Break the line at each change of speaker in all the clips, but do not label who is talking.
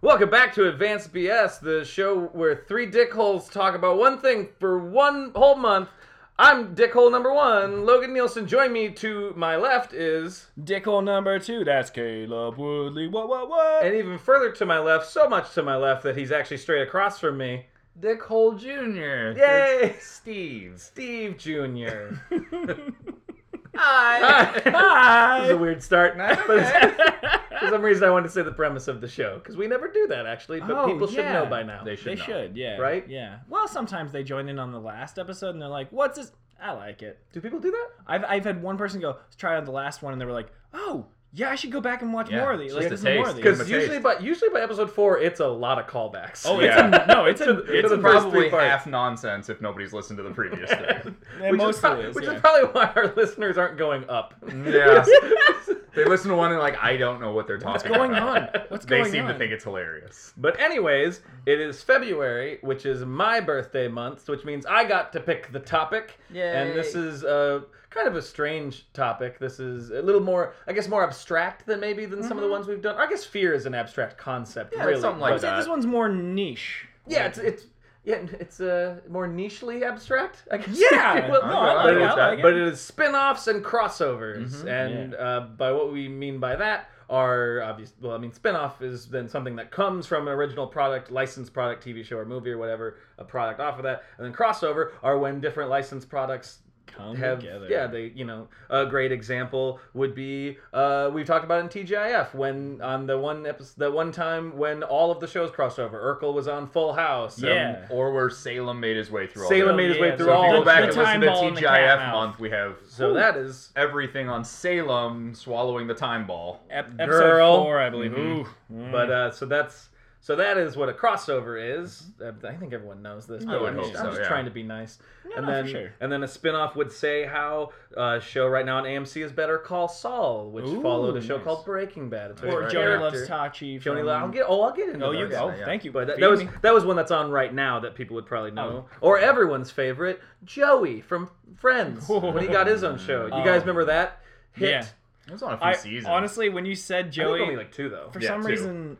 Welcome back to Advanced BS, the show where three dickholes talk about one thing for one whole month. I'm dickhole number one, Logan Nielsen. Join me to my left is,
Dickhole number two, that's Caleb Woodley. What, what, what?
and even further to my left, so much to my left that he's actually straight across from me,
Dick Hole Jr.
Yay!
Steve.
Steve Jr.
Hi.
this is a
Hi!
weird start. But for some reason, I wanted to say the premise of the show because we never do that actually, but
Oh,
people should
yeah.
know by now.
They
They
should. know.
should, yeah.
Right?
Yeah. Well, sometimes they join in on the last episode and they're like, what's this? I like it.
Do people do that?
I've, I've had one person go, try out the last one, and they were like, oh, yeah, I should go back and watch
Yeah,
more of these.
just
Like,
a
this is more of
taste.
these.
Give 'em
Because
a
usually,
taste.
by usually by episode four, it's a lot of callbacks.
Oh,
yeah.
it's a, no, it's a,
to
It's
the first three
probably
parts.
half nonsense if nobody's listened to the previous thing.
it
which
mostly
is, pro-
is,
which
yeah.
is probably why our listeners aren't going up.
yeah. They listen to one and like, I don't know what they're talking
going on?
about.
What's
they
going
seem
on?
to think it's hilarious.
But anyways, it is February, which is my birthday month, which means I got to pick the topic. And this
Yay.
is uh, kind of a strange topic. This is a little more, I guess, more abstract than maybe than some of the ones we've done. I guess fear is an abstract concept,
Yeah, it's
really.
something like
but-
Say This one's more niche.
Yeah, it's it's yeah, it's uh, more nichely abstract. I guess.
Yeah,
if you will.
no,
I
but,
like it, I
it's-
like it.
but it is spin-offs and crossovers, and
Mm-hmm. Yeah.
uh, by what we mean by that are obvious. Well, I mean, spin-off is then something that comes from an original product, licensed product, TV show or movie or whatever, a product off of that, and then crossover are when different licensed products
Come
have
together.
yeah they you know a great example would be uh we've talked about it in TGIF when on the one episode the one time when all of the shows crossed over Urkel was on Full House um,
Yeah.
Or where Salem made his way through
Salem
all
made his way
Oh, yeah,
through
So if
all
you go
of
back
the
and
shows.
time
listen to
ball and the cat
TGIF
mouth.
month, we have
so that is
everything on Salem swallowing the time ball.
Ep- episode
Girl.
four, I believe. Ooh.
but uh so that's so that is what a crossover is Uh,
Mm-hmm.
I think everyone knows this but
would
I'm
hope
just,
so,
I'm just
yeah.
trying to be nice and
no, for
then
sure.
and then a spin-off would say how uh show right now on AMC is Better Call Saul which
Ooh,
followed a show
nice.
called Breaking Bad it's
or
a
Joni
character.
Loves Tachi.
Joni
from-
Lo- I'll get. Oh, I'll get into.
Oh, you
those.
go.
yeah.
Thank you.
But that,
Feed
that was
me. Oh.
that was one that's on right now that people would probably know, or everyone's favorite Joey from Friends when he got his own show. You guys remember that hit?
Oh. Yeah.
It was on a few
I,
seasons.
honestly, when you said
I think
Joey,
only like two though.
for
Yeah,
some
two.
reason,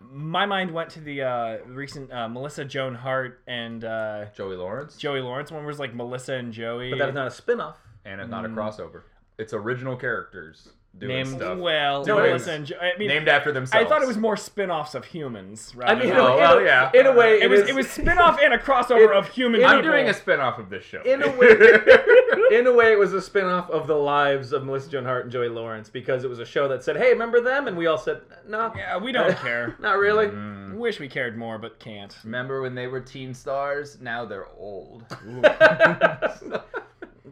my mind went to the uh, recent uh, Melissa Joan Hart and uh,
Joey Lawrence,
Joey Lawrence one, was like Melissa and Joey.
But that is not a spin-off.
and it's not a crossover. It's original characters doing
Mm. named
stuff.
well.
Doing
Melissa and Jo- I mean,
named after
I
themselves.
thought it was more spin-offs of humans. Rather
I mean,
than-
in a,
Oh,
in a-
well, yeah.
in a way,
it was
is-
it was spin-off and a crossover
It-
of human.
it-
I'm
people.
doing a spin-off of this show.
In a way- in a way, it was a spin-off of the lives of Melissa Joan Hart and Joey Lawrence because it was a show that said, "Hey, remember them?" and we all said, "No,
Yeah, we don't care. Mm-hmm.
not really."
Wish we cared more, but can't.
Mm.
Remember when they were teen stars? Now they're old.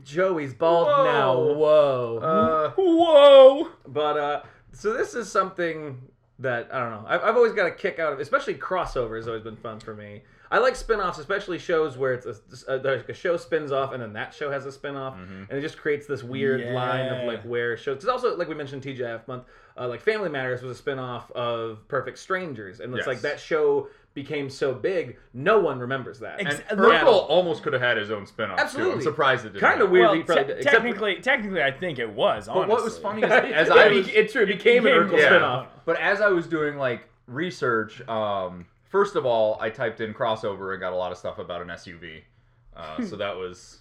Joey's bald
Whoa.
now. Whoa.
Uh,
Whoa!
But uh, so this is something that I don't know. I've, I've always got a kick out of, especially crossover has always been fun for me. I like spin-offs, especially shows where it's a, a, like a show spins off and then that show has a spin-off, and it just creates this weird
Yeah.
line of like where shows. It's also like we mentioned TJF month, uh, like Family Matters was a spin-off of Perfect Strangers, and it's
Yes.
like that show became so big, no one remembers that.
Ex-
and
Yeah.
Urkel almost could have had his own spin-off. Too.
Absolutely.
I'm surprised it didn't.
Kind of
happen.
weird.
Well,
he probably did,
te-
except for-
technically, technically, I think it was. Honestly.
But what was funny is
as
as I
I,
was,
it, true, it became an
became-
Urkel
yeah.
spin-off.
But as I was doing like research, um, first of all, I typed in crossover and got a lot of stuff about an SUV. Uh, so that was,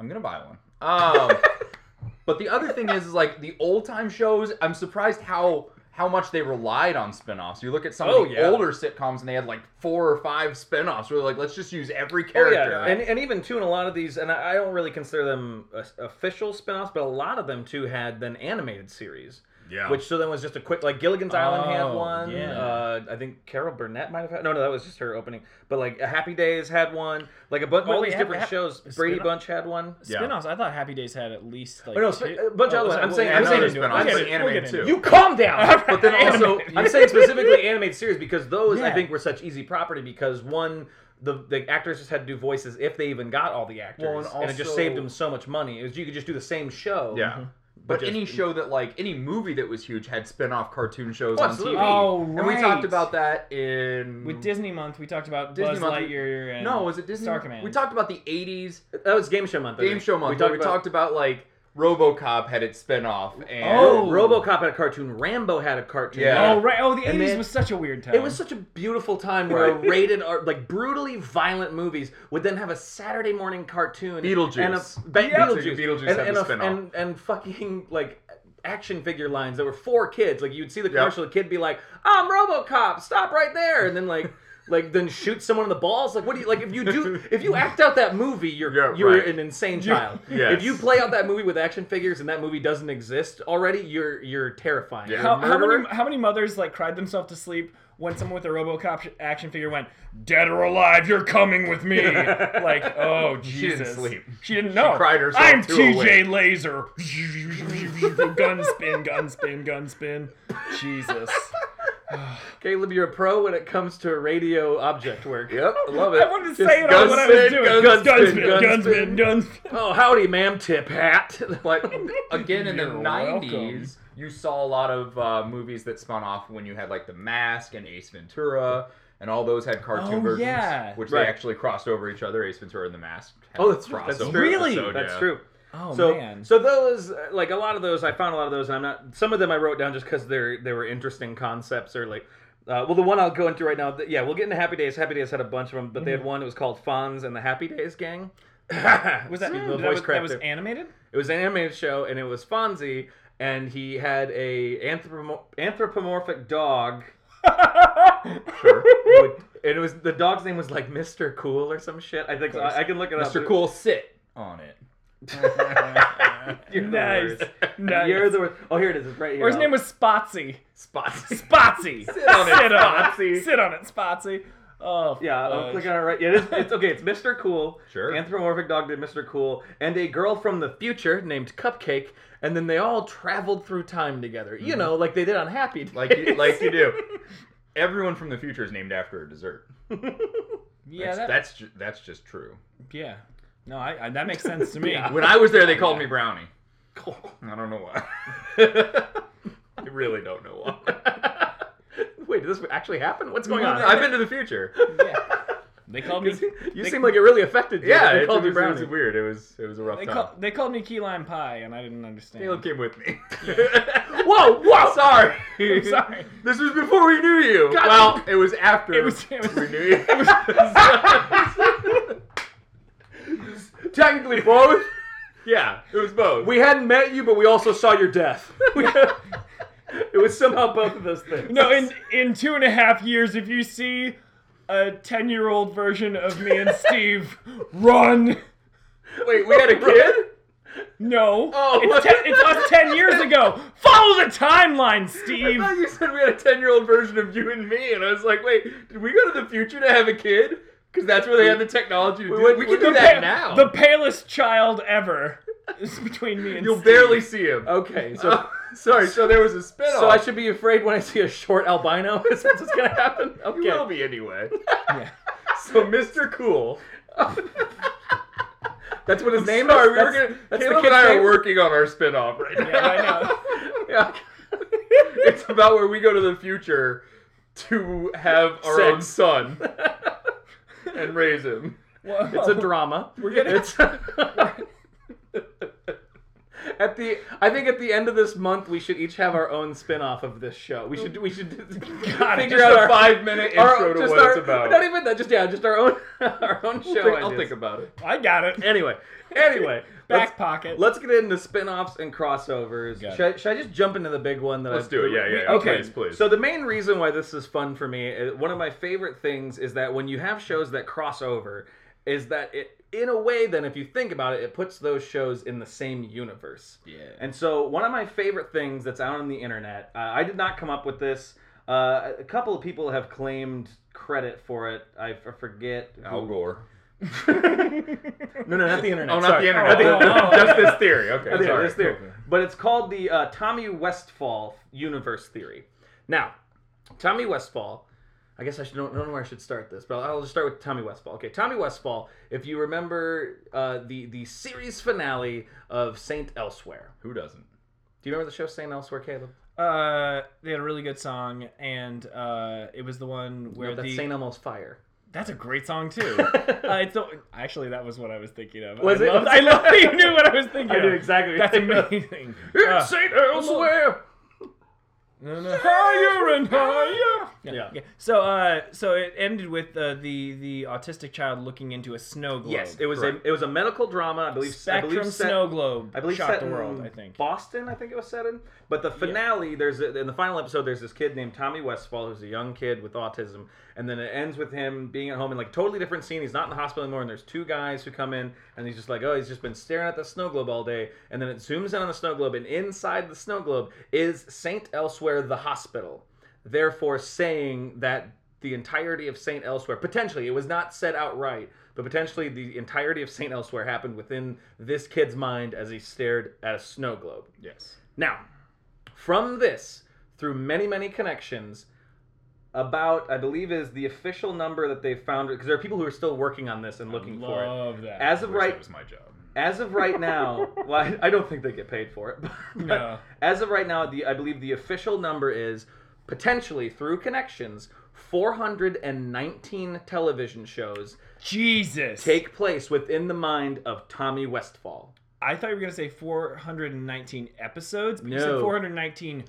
I'm gonna buy one. Um, but the other thing is, is like the old time shows. I'm surprised how how much they relied on spin-offs. You look at some
Oh,
of the
yeah.
older sitcoms and they had like four or five spin-offs. Where they're like, let's just use every character.
Oh, yeah. and, and even too in a lot of these, and I, I don't really consider them uh, official spin-offs, but a lot of them too had then animated series.
Yeah.
Which so then was just a quick like Gilligan's Island had
Oh,
one.
yeah.
Uh, I think Carol Burnett might have had no no that was just her opening. But like Happy Days had one. Like a bunch
Oh,
all
wait,
these
Hap-
different
Hap-
shows.
spin-off?
Brady Bunch had one.
Yeah.
Spin-offs. I thought Happy Days had at least like
Oh, no,
two-
sp- a bunch of other ones.
sorry,
I'm saying- I'm
we'll get into
saying
it.
it's
We'll
spin-offs,
get
but
into it.
animated
We'll get
too.
into
You calm down.
it.
But then also,
Animated.
I'm saying specifically animated series because those I
Yeah.
think were such easy property because one the, the actors just had to do voices if they even got all the actors,
Well,
and,
and
it just
also-
saved them so much money. It was you could just do the same show.
Mm-hmm.
Yeah. But
just-
any show that like any movie that was huge had spin-off cartoon shows
Oh,
on
absolutely.
TV.
Oh,
And we
right.
talked about that in
With Disney Month, we talked about
Disney
Buzz
Month.
Lightyear and
No, was it Disney?
Star Command.
We talked about the 80s
that was game show month. I
game
think.
show month.
We
where
talked
we
about
talked about like RoboCop had its spinoff, and
Oh.
RoboCop had a cartoon. Rambo had a cartoon.
Yeah.
Oh right. Oh, the
And
eighties
then-
was such a weird time.
It was such a beautiful time where
Right.
rated R, like brutally violent movies would then have a Saturday morning cartoon.
Beetlejuice.
And a, Be-
Yeah.
Beetlejuice.
Beetlejuice
and,
had
and,
the
a-
spin-off.
and, and fucking like action figure lines that were for kids. Like you'd see the commercial, the kid be like, I'm Robocop, stop right there. And then like. Like then shoot someone in the balls. Like what do you like if you do if you act out that movie you're
Yeah,
you're
right.
an insane child.
Yes.
If you play out that movie with action figures and that movie doesn't exist already, you're you're terrifying.
Yeah.
You're a
how, how many
murderer.
how many mothers like cried themselves to sleep when someone with a RoboCop sh- action figure went, "Dead or alive, you're coming with me." like, oh
She didn't
Jesus,
sleep.
She didn't know.
cried herself
I'm
to
TJ Laser. gun spin, gun spin, gun spin. Jesus.
Caleb, you're a pro when it comes to radio object work.
yep, I love it.
I wanted to
Just
say it all
gun
what I was
spin,
doing.
gun
gun
spin,
spin,
gun
gun
spin.
spin, gun spin.
Oh, howdy, ma'am, tip hat.
But again, in the
You're
'90s,
welcome.
you saw a lot of uh, movies that spun off when you had like The Mask and Ace Ventura, and all those had cartoon
Oh,
versions,
yeah.
which
Right.
they actually crossed over each other. Ace Ventura and The Mask. had
Oh, that's
a
true.
crossover
That's true.
Really?
episode,
That's
yeah.
true.
Oh
so,
man.
so those, uh, like a lot of those, I found a lot of those, and I'm not. Some of them I wrote down just because they're they were interesting concepts, or like, uh, well, the one I'll go into right now. th- yeah, we'll get into Happy Days. Happy Days had a bunch of them, but they had one. It was called Fonz and the Happy Days Gang.
Mm-hmm. was that,
Excuse
that
the
was-
voice
that
crack
was
there.
animated?
It was an animated show, and it was Fonzie, and he had a anthropomo- anthropomorphic dog.
Sure.
who would- and it was the dog's name was like Mr. Cool or some shit. I think so. I, I can look it up.
Mr. Cool, sit on it.
You're the
nice.
worst.
nice.
You're the worst. Oh, here it is. It's right here.
or his name was Spotsy.
Spotsy.
Spotsy. Sit
on it,
it. Sit on it, Spotsy. Oh,
Yeah,
fudge.
I'm clicking on it right. Yeah, it is, it's okay. It's Mr. Cool.
Sure.
Anthropomorphic dog named Mr. Cool and a girl from the future named Cupcake, and then they all traveled through time together. You know, like they did on Happy Days.
Like you, like you do. Everyone from the future is named after a dessert.
yeah,
that's
that,
that's, ju- that's just true.
yeah. No, I, I, that makes sense to me.
Yeah.
When I was there, they called me Brownie. I don't know why. I really don't know why.
Wait, did this actually happen? What's going on?
I've been to the future.
Yeah. They called me.
you
they-
seem like it really affected you.
Yeah,
They
it,
called you
was, it was
Brownie.
weird. It was it was a rough
They,
time.
call, they called me key lime pie, and I didn't understand.
Caleb came with me.
Whoa, whoa!
sorry.
I'm sorry.
This was before we knew you.
God.
Well, it was after
It was- it was-
we knew you. Technically both. Yeah, it was both.
We hadn't met you, but we also saw your death. it was somehow both of those things.
No, in in two and a half years, if you see a ten year old version of me and Steve, run.
wait, we had a kid.
No,
Oh.
it's, ten, it's us ten years ago. Follow the timeline, Steve.
thought you said we had a ten-year-old version of you and me, and I was like, wait, did we go to the future to have a kid? Because that's where they had the technology to do. it.
went-
We can
we-
do
the
that
Pa-
now.
The palest child ever is between me and
You'll
Steve.
barely see him.
Okay, so
Oh, sorry. So there was a spinoff.
so I should be afraid when I see a short albino. Is that what's gonna happen?
You
Okay.
will be anyway.
Yeah.
So Mr. Cool.
That's what his name
Name sorry,
is.
we were
That's-
gonna.
that's the
Caleb
kid's
and I
name?
are working on our spinoff right now.
Yeah, I know.
Yeah.
It's about where we go to the future to have our own
Sex.
son and raise him.
Well,
It's a drama. We're
gonna-
It's... At the, I think at the end of this month we should each have our own spin-off of this show. We should, we should figure
Just
out
a
our,
five-minute intro
our-
to
just
what
our-
it's about.
Not even that. Just yeah, just our own, our own show.
I'll think- I'll
ideas.
think about it.
I got it.
Anyway, anyway,
Back
let's,
pocket.
let's get into spin-offs and crossovers.
Got it.
Should I, should I just jump into the big one that
Let's
I
do it. Yeah, yeah, yeah.
Okay,
Please, please.
So the main reason why this is fun for me, uh, one of my favorite things is that when you have shows that cross over, is that it in a way then if you think about it, it puts those shows in the same universe.
Yeah.
And so, one of my favorite things that's out on the internet, uh, I did not come up with this. Uh, a couple of people have claimed credit for it. I f- forget. who-
Al Gore.
No, no, not the internet.
Oh, not
sorry.
the internet.
Oh, oh, oh.
Just this theory. Okay.
Yeah,
sorry.
this theory. But it's called the uh, Tommy Westfall universe theory. Now, Tommy Westfall. I guess I should don't, don't know where I should start this, but I'll just start with Tommy Westfall. Okay, Tommy Westfall. If you remember uh, the the series finale of Saint Elsewhere,
Who doesn't?
do you remember the show Saint Elsewhere, Caleb?
Uh, they had a really good song, and uh, it was the one where
No, that's
the
Saint Elmo's Fire.
That's a great song too. uh, it's the, actually that was what I was thinking of.
Was
I
it?
Loved, I love that you knew what I was thinking.
I knew
of.
exactly what
That's
you were
amazing.
It's
Uh,
Saint elsewhere.
no, no. Higher and higher. Yeah.
Yeah.
yeah. So, uh, so it ended with uh, the the autistic child looking into a snow globe.
Yes, it was
Correct.
a it was a medical drama. I believe I
Spectrum
believe set-
snow globe.
I believe
shocked
set
the
in
world. I think.
Boston. I think it was set in. But the finale, there's a, in the final episode, there's this kid named Tommy Westfall who's a young kid with autism, and then it ends with him being at home in like totally different scene. He's not in the hospital anymore, and there's two guys who come in, and he's just like, oh, he's just been staring at the snow globe all day, and then it zooms in on the snow globe, and inside the snow globe is Saint Elsewhere, the hospital. Therefore, saying that the entirety of Saint Elsewhere, potentially, it was not said outright, but potentially the entirety of Saint Elsewhere happened within this kid's mind as he stared at a snow globe.
Yes.
Now, from this, through many, many connections, about, I believe, is the official number that they found, because there are people who are still working on this and looking for it.
Love that.
As of
Wish
right
that was my job.
as of right now, well, I- I don't think they get paid for it. But, but
No.
As of right now, the I believe the official number is potentially through connections, 419 television shows
Jesus.
take place within the mind of Tommy Westfall.
I thought you were gonna say 419 episodes, but you
No.
said 419.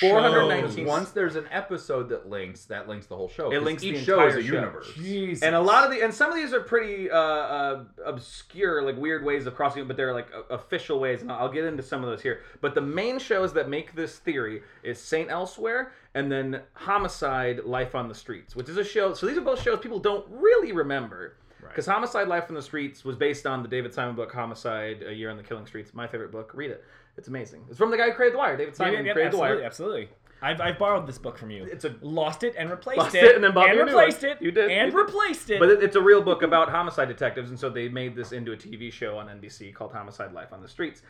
419.
shows.
Once there's an episode that links, that links the whole show.
It
'cause
links
each
the
show is
entire
a
show.
universe.
Jesus.
And a lot of the and some of these are pretty uh, uh, obscure, like weird ways of crossing, but they're like o- official ways, and I'll get into some of those here. But the main shows that make this theory is Saint Elsewhere and then Homicide: Life on the Streets, which is a show. So these are both shows people don't really remember. Because Homicide: Life on the Streets was based on the David Simon book Homicide: A Year on the Killing Streets, my favorite book. Read it; it's amazing. It's from the guy who created The Wire, David
Yeah,
Simon
yeah, yeah,
created The Wire.
absolutely, absolutely. I've, I've borrowed this book from you.
It's a-
lost it and replaced
Lost
it,
it and then bought you a new
replaced
one.
it.
You did,
and
you did.
replaced it.
But it, it's a real book about homicide detectives, and so they made this into a TV show on NBC called Homicide: Life on the Streets.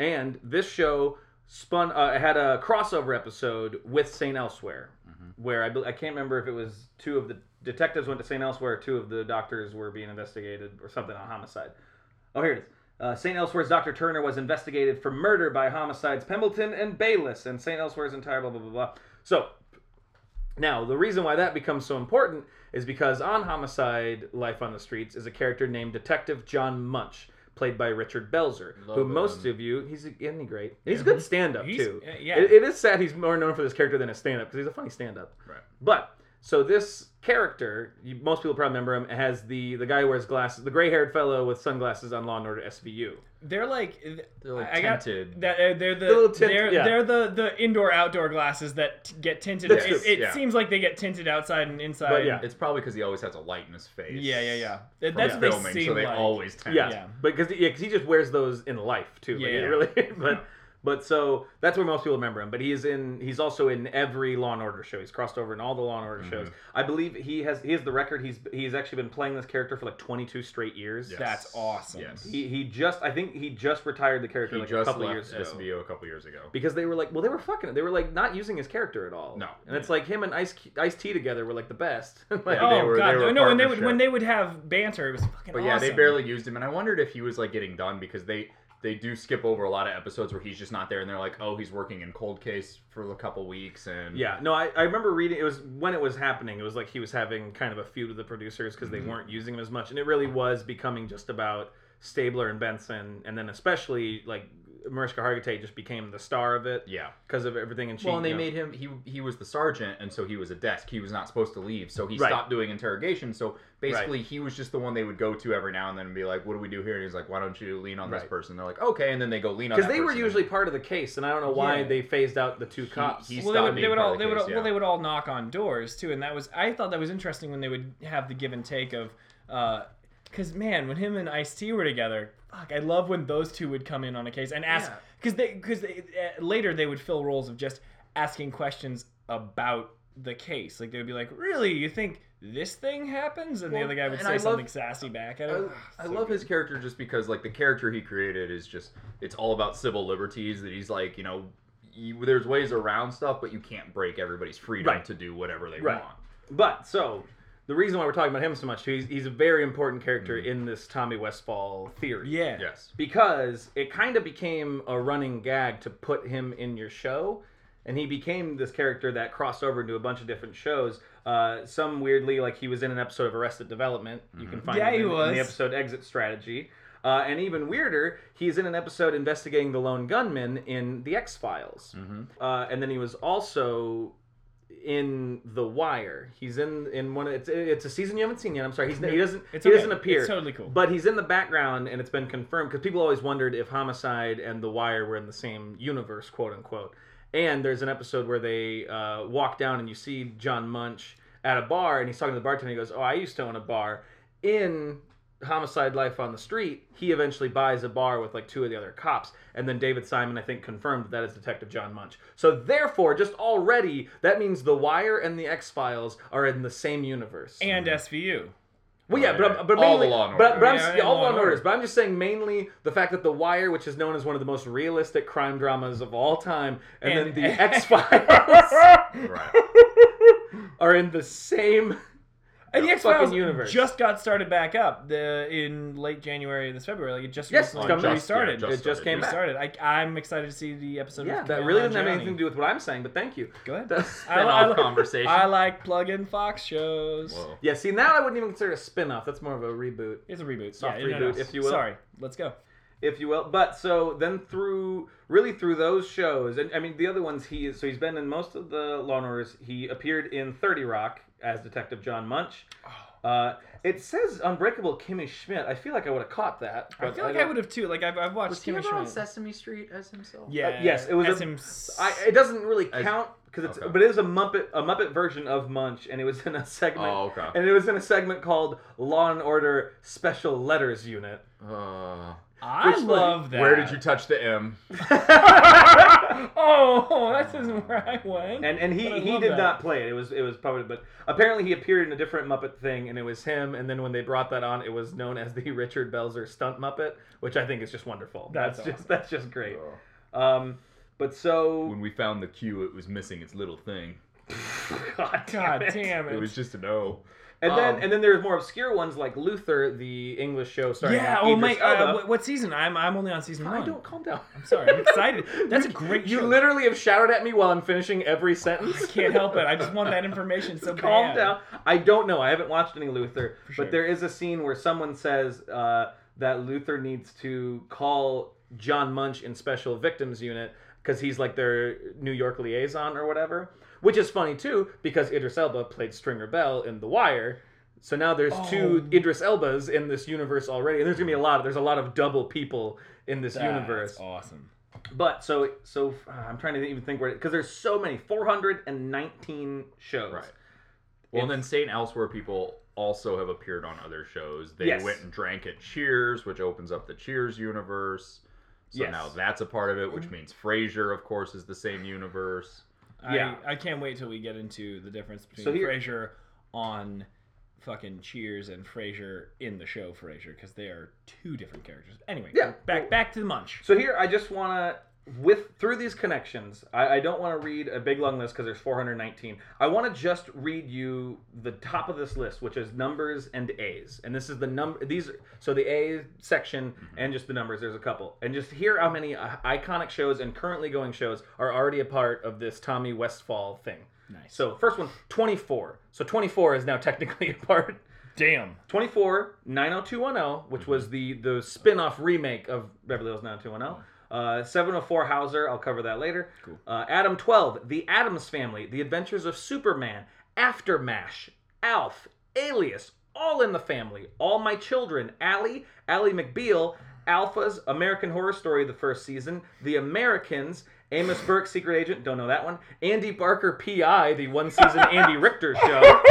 And this show spun uh, had a crossover episode with Saint Elsewhere, where I, bel- I can't remember if it was two of the detectives went to Saint Elsewhere, two of the doctors were being investigated or something on homicide. Oh, here it is. Uh, St. Elsewhere's Dr. Turner was investigated for murder by homicides Pemberton and Bayless, and St. Elsewhere's entire blah, blah, blah, blah. So, now, the reason why that becomes so important is because on Homicide Life on the Streets is a character named Detective John Munch, played by Richard Belzer, who
him.
most of you, he's isn't he great? He's a good stand up,
He's-
too.
uh, yeah.
It- it is sad he's more known for this character than his stand up because he's a funny stand up.
Right.
But so this character, you, most people probably remember him, has the the guy who wears glasses, the gray haired fellow with sunglasses on Law and Order SVU.
they're like,
They're like
I I got,
tinted.
that- uh, they're the,
little tint-
they're,
yeah.
they're the the indoor outdoor glasses that t- get tinted.
That's
it
true,
it
yeah.
seems like they get tinted outside and inside.
But yeah.
It's probably because he always has a light in his face.
yeah, yeah, yeah. That-
from
That's what they
filming,
seem
so they
like.
always tend.
Yeah,
Yeah.
but because yeah, 'cause he just wears those in life too. Like,
Yeah.
it really. But but so that's where most people remember him. But he's in. He's also in every Law and Order show. He's crossed over in all the Law and Order shows.
Mm-hmm.
I believe he has. He has the record. He's he's actually been playing this character for like 22 straight years.
Yes.
That's awesome.
Yes.
He, he just. I think he just retired the character
He
like
just
a couple
left
years ago.
SVO a couple years ago.
because they were like, well, they were fucking it. They were like not using his character at all.
No.
and it's like him and Ice Ice T together were like the best. like,
Yeah.
Oh
They were-
god,
they were
no! When they would
partnership.
when they would have banter, it was fucking.
But yeah, they
awesome.
barely used him, and I wondered if he was like getting done because they they do skip over a lot of episodes where he's just not there, and they're like, oh, he's working in cold case for a couple weeks, and
Yeah, no, I, I remember reading it was when it was happening. It was like he was having kind of a feud with the producers because
Mm-hmm.
they weren't using him as much, and it really was becoming just about Stabler and Benson, and then especially like Mariska Hargitay just became the star of it
yeah.
because of everything. And she,
Well, and they
you know-
made him he he was the sergeant, and so he was a desk. He was not supposed to leave, so he
Right.
stopped doing interrogation. So basically, he was just the one they would go to every now and then and be like, "What do we do here?" And he's like, "Why don't you lean on this
Right.
person?" They're like, "Okay," and then they go lean on
because
because
they were usually part of the case, and I don't know why
Yeah.
they phased out the two cops.
he
well, they
stopped
would, they
being
would
part
all
of the
they would
case,
all,
yeah.
well they would all knock on doors too, and that was I thought that was interesting when they would have the give and take of, because man, when him and Ice T were together, fuck, I love when those two would come in on a case and ask
Yeah.
because they because they, uh, later they would fill roles of just asking questions about the case, like they would be like, really, you think this thing happens, and the
Well,
other guy would
and
say
I love-
something sassy back at
I,
him.
I love his character just because like the character he created is just it's all about civil liberties that he's like you know you, there's ways around stuff but you can't break everybody's freedom
Right.
to do whatever they
Right.
want
But so the reason why we're talking about him so much too, he's, he's a very important character in this Tommy Westfall theory.
yeah,
yes
because it kind of became a running gag to put him in your show and he became this character that crossed over into a bunch of different shows. Uh, some weirdly, like he was in an episode of Arrested Development. You can find
Mm-hmm.
him
Yeah, he
in, in
was.
the episode Exit Strategy. Uh, and even weirder, he's in an episode investigating the lone gunman in The X Files.
Mm-hmm.
Uh, and then he was also in The Wire. He's in in one. Of, it's it's a season you haven't seen yet. I'm sorry. He's he doesn't
It's
he
okay.
doesn't appear.
It's totally cool.
But he's in the background, and it's been confirmed because people always wondered if Homicide and The Wire were in the same universe, quote unquote. And there's an episode where they uh, walk down and you see John Munch at a bar, and he's talking to the bartender. He goes, "Oh, I used to own a bar in." Homicide Life on the Street, he eventually buys a bar with like two of the other cops. And then David Simon, I think, confirmed that is Detective John Munch. So, therefore, just already, that means The Wire and The X Files are in the same universe.
and
Mm-hmm.
SVU.
Well, yeah, but, but
All the
mainly,
Law and
but, but I'm,
Order.
yeah,
Yeah,
all
Law
Law
and
and Orders.
Order.
But I'm just saying mainly the fact that The Wire, which is known as one of the most realistic crime dramas of all time, and,
And-
then the X Files
Right.
are in the same.
And the X
fucking
Files
universe.
just got started back up the in late January this February. Like it just
Yes,
recently
it's come-
restarted.
yeah,
It just came back.
restarted. I, I'm excited to see the episode.
Yeah,
of
that
Camille
really doesn't have
Nanjiani.
anything to do with what I'm saying, but thank you.
Go ahead.
That's-
I, li- I
Spin-off
li-
conversation.
I like plug-in Fox shows.
Whoa.
Yeah, see, now I wouldn't even consider it a spin off. That's more of a reboot.
It's a reboot.
Soft
yeah, no, no,
reboot,
no.
if you will.
Sorry, let's go.
if you will. But so then through really through those shows, and I mean the other ones he is so he's been in most of the Law and Orders. He appeared in Thirty Rock as Detective John Munch.
Oh.
Uh, it says Unbreakable Kimmy Schmidt. I feel like I would have caught that.
I
but
feel like I
don't-
would have too. Like I've, I've watched
Was he
Kimmy
ever on
Schmidt.
Sesame Street as himself?
Yeah.
Uh, yes, it was a-
SMC.
I, it doesn't really
As-
count because it's,
okay.
but it is a Muppet, a Muppet version of Munch, and it was in a segment.
Oh, okay.
And it was in a segment called Law and Order Special Letters Unit.
Uh,
I
Which, like,
love that.
where did you touch the M?
oh, that isn't where I went.
And and
But I
he, he
love
did
that.
not play it. It was it was probably but apparently he appeared in a different Muppet thing and it was him. And then when they brought that on, it was known as the Richard Belzer stunt Muppet, which I think is just wonderful. That's,
That's
just that's just great.
Oh.
Um, but so
When we found the Q, it was missing its little thing.
God,
God
it.
damn it.
It was just an O.
And then
Um,
and then there's more obscure ones like Luther, the English show starring
yeah.
Idris
Oh my.
Elba.
Uh, what, what season? I'm I'm only on season one.
I don't calm down.
I'm sorry. I'm excited. That's a great.
You
show.
literally have shouted at me while I'm finishing every sentence.
I can't help it. I just want that information so
calm
bad.
down. I don't know. I haven't watched any Luther,
sure.
but there is a scene where someone says uh, that Luther needs to call John Munch in Special Victims Unit because he's like their New York liaison or whatever. Which is funny too because Idris Elba played Stringer Bell in The Wire. So now there's two
Oh.
Idris Elbas in this universe already, and there's gonna be a lot. Of, there's a lot of double people in this
That's
universe.
Awesome.
But so so uh, I'm trying to even think where because there's so many 419 shows.
Right. Well, and then St. Elsewhere people also have appeared on other shows. They
Yes.
went and drank at Cheers, which opens up the Cheers universe. So
Yes.
now that's a part of it,
Mm-hmm.
which means Frasier, of course, is the same universe.
Yeah.
I, I can't wait till we get into the difference between
So here-
Frasier on fucking Cheers and Frasier in the show Frasier because they are two different characters. Anyway,
Yeah.
back back to the Munch.
So here, I just want to, with through these connections, I, I don't want to read a big long list because there's 419. I want to just read you the top of this list, which is numbers and A's, and this is the number. These are- so the A section and just the numbers. There's a couple, and just hear how many uh, iconic shows and currently going shows are already a part of this Tommy Westfall thing.
Nice.
So first one, 24. So 24 is now technically a part.
Damn.
24 90210, oh, which was the the spin-off remake of Beverly Hills 90210. Uh, 704 Hauser, I'll cover that later. Cool. Uh, Adam 12, The Adams Family, The Adventures of Superman, Aftermash, Alf, Alias, All in the Family, All My Children, Allie, Allie McBeal, Alpha's American Horror Story, the first season, The Americans, Amos Burke, Secret Agent, don't know that one, Andy Barker, PI, the one season Andy Richter show,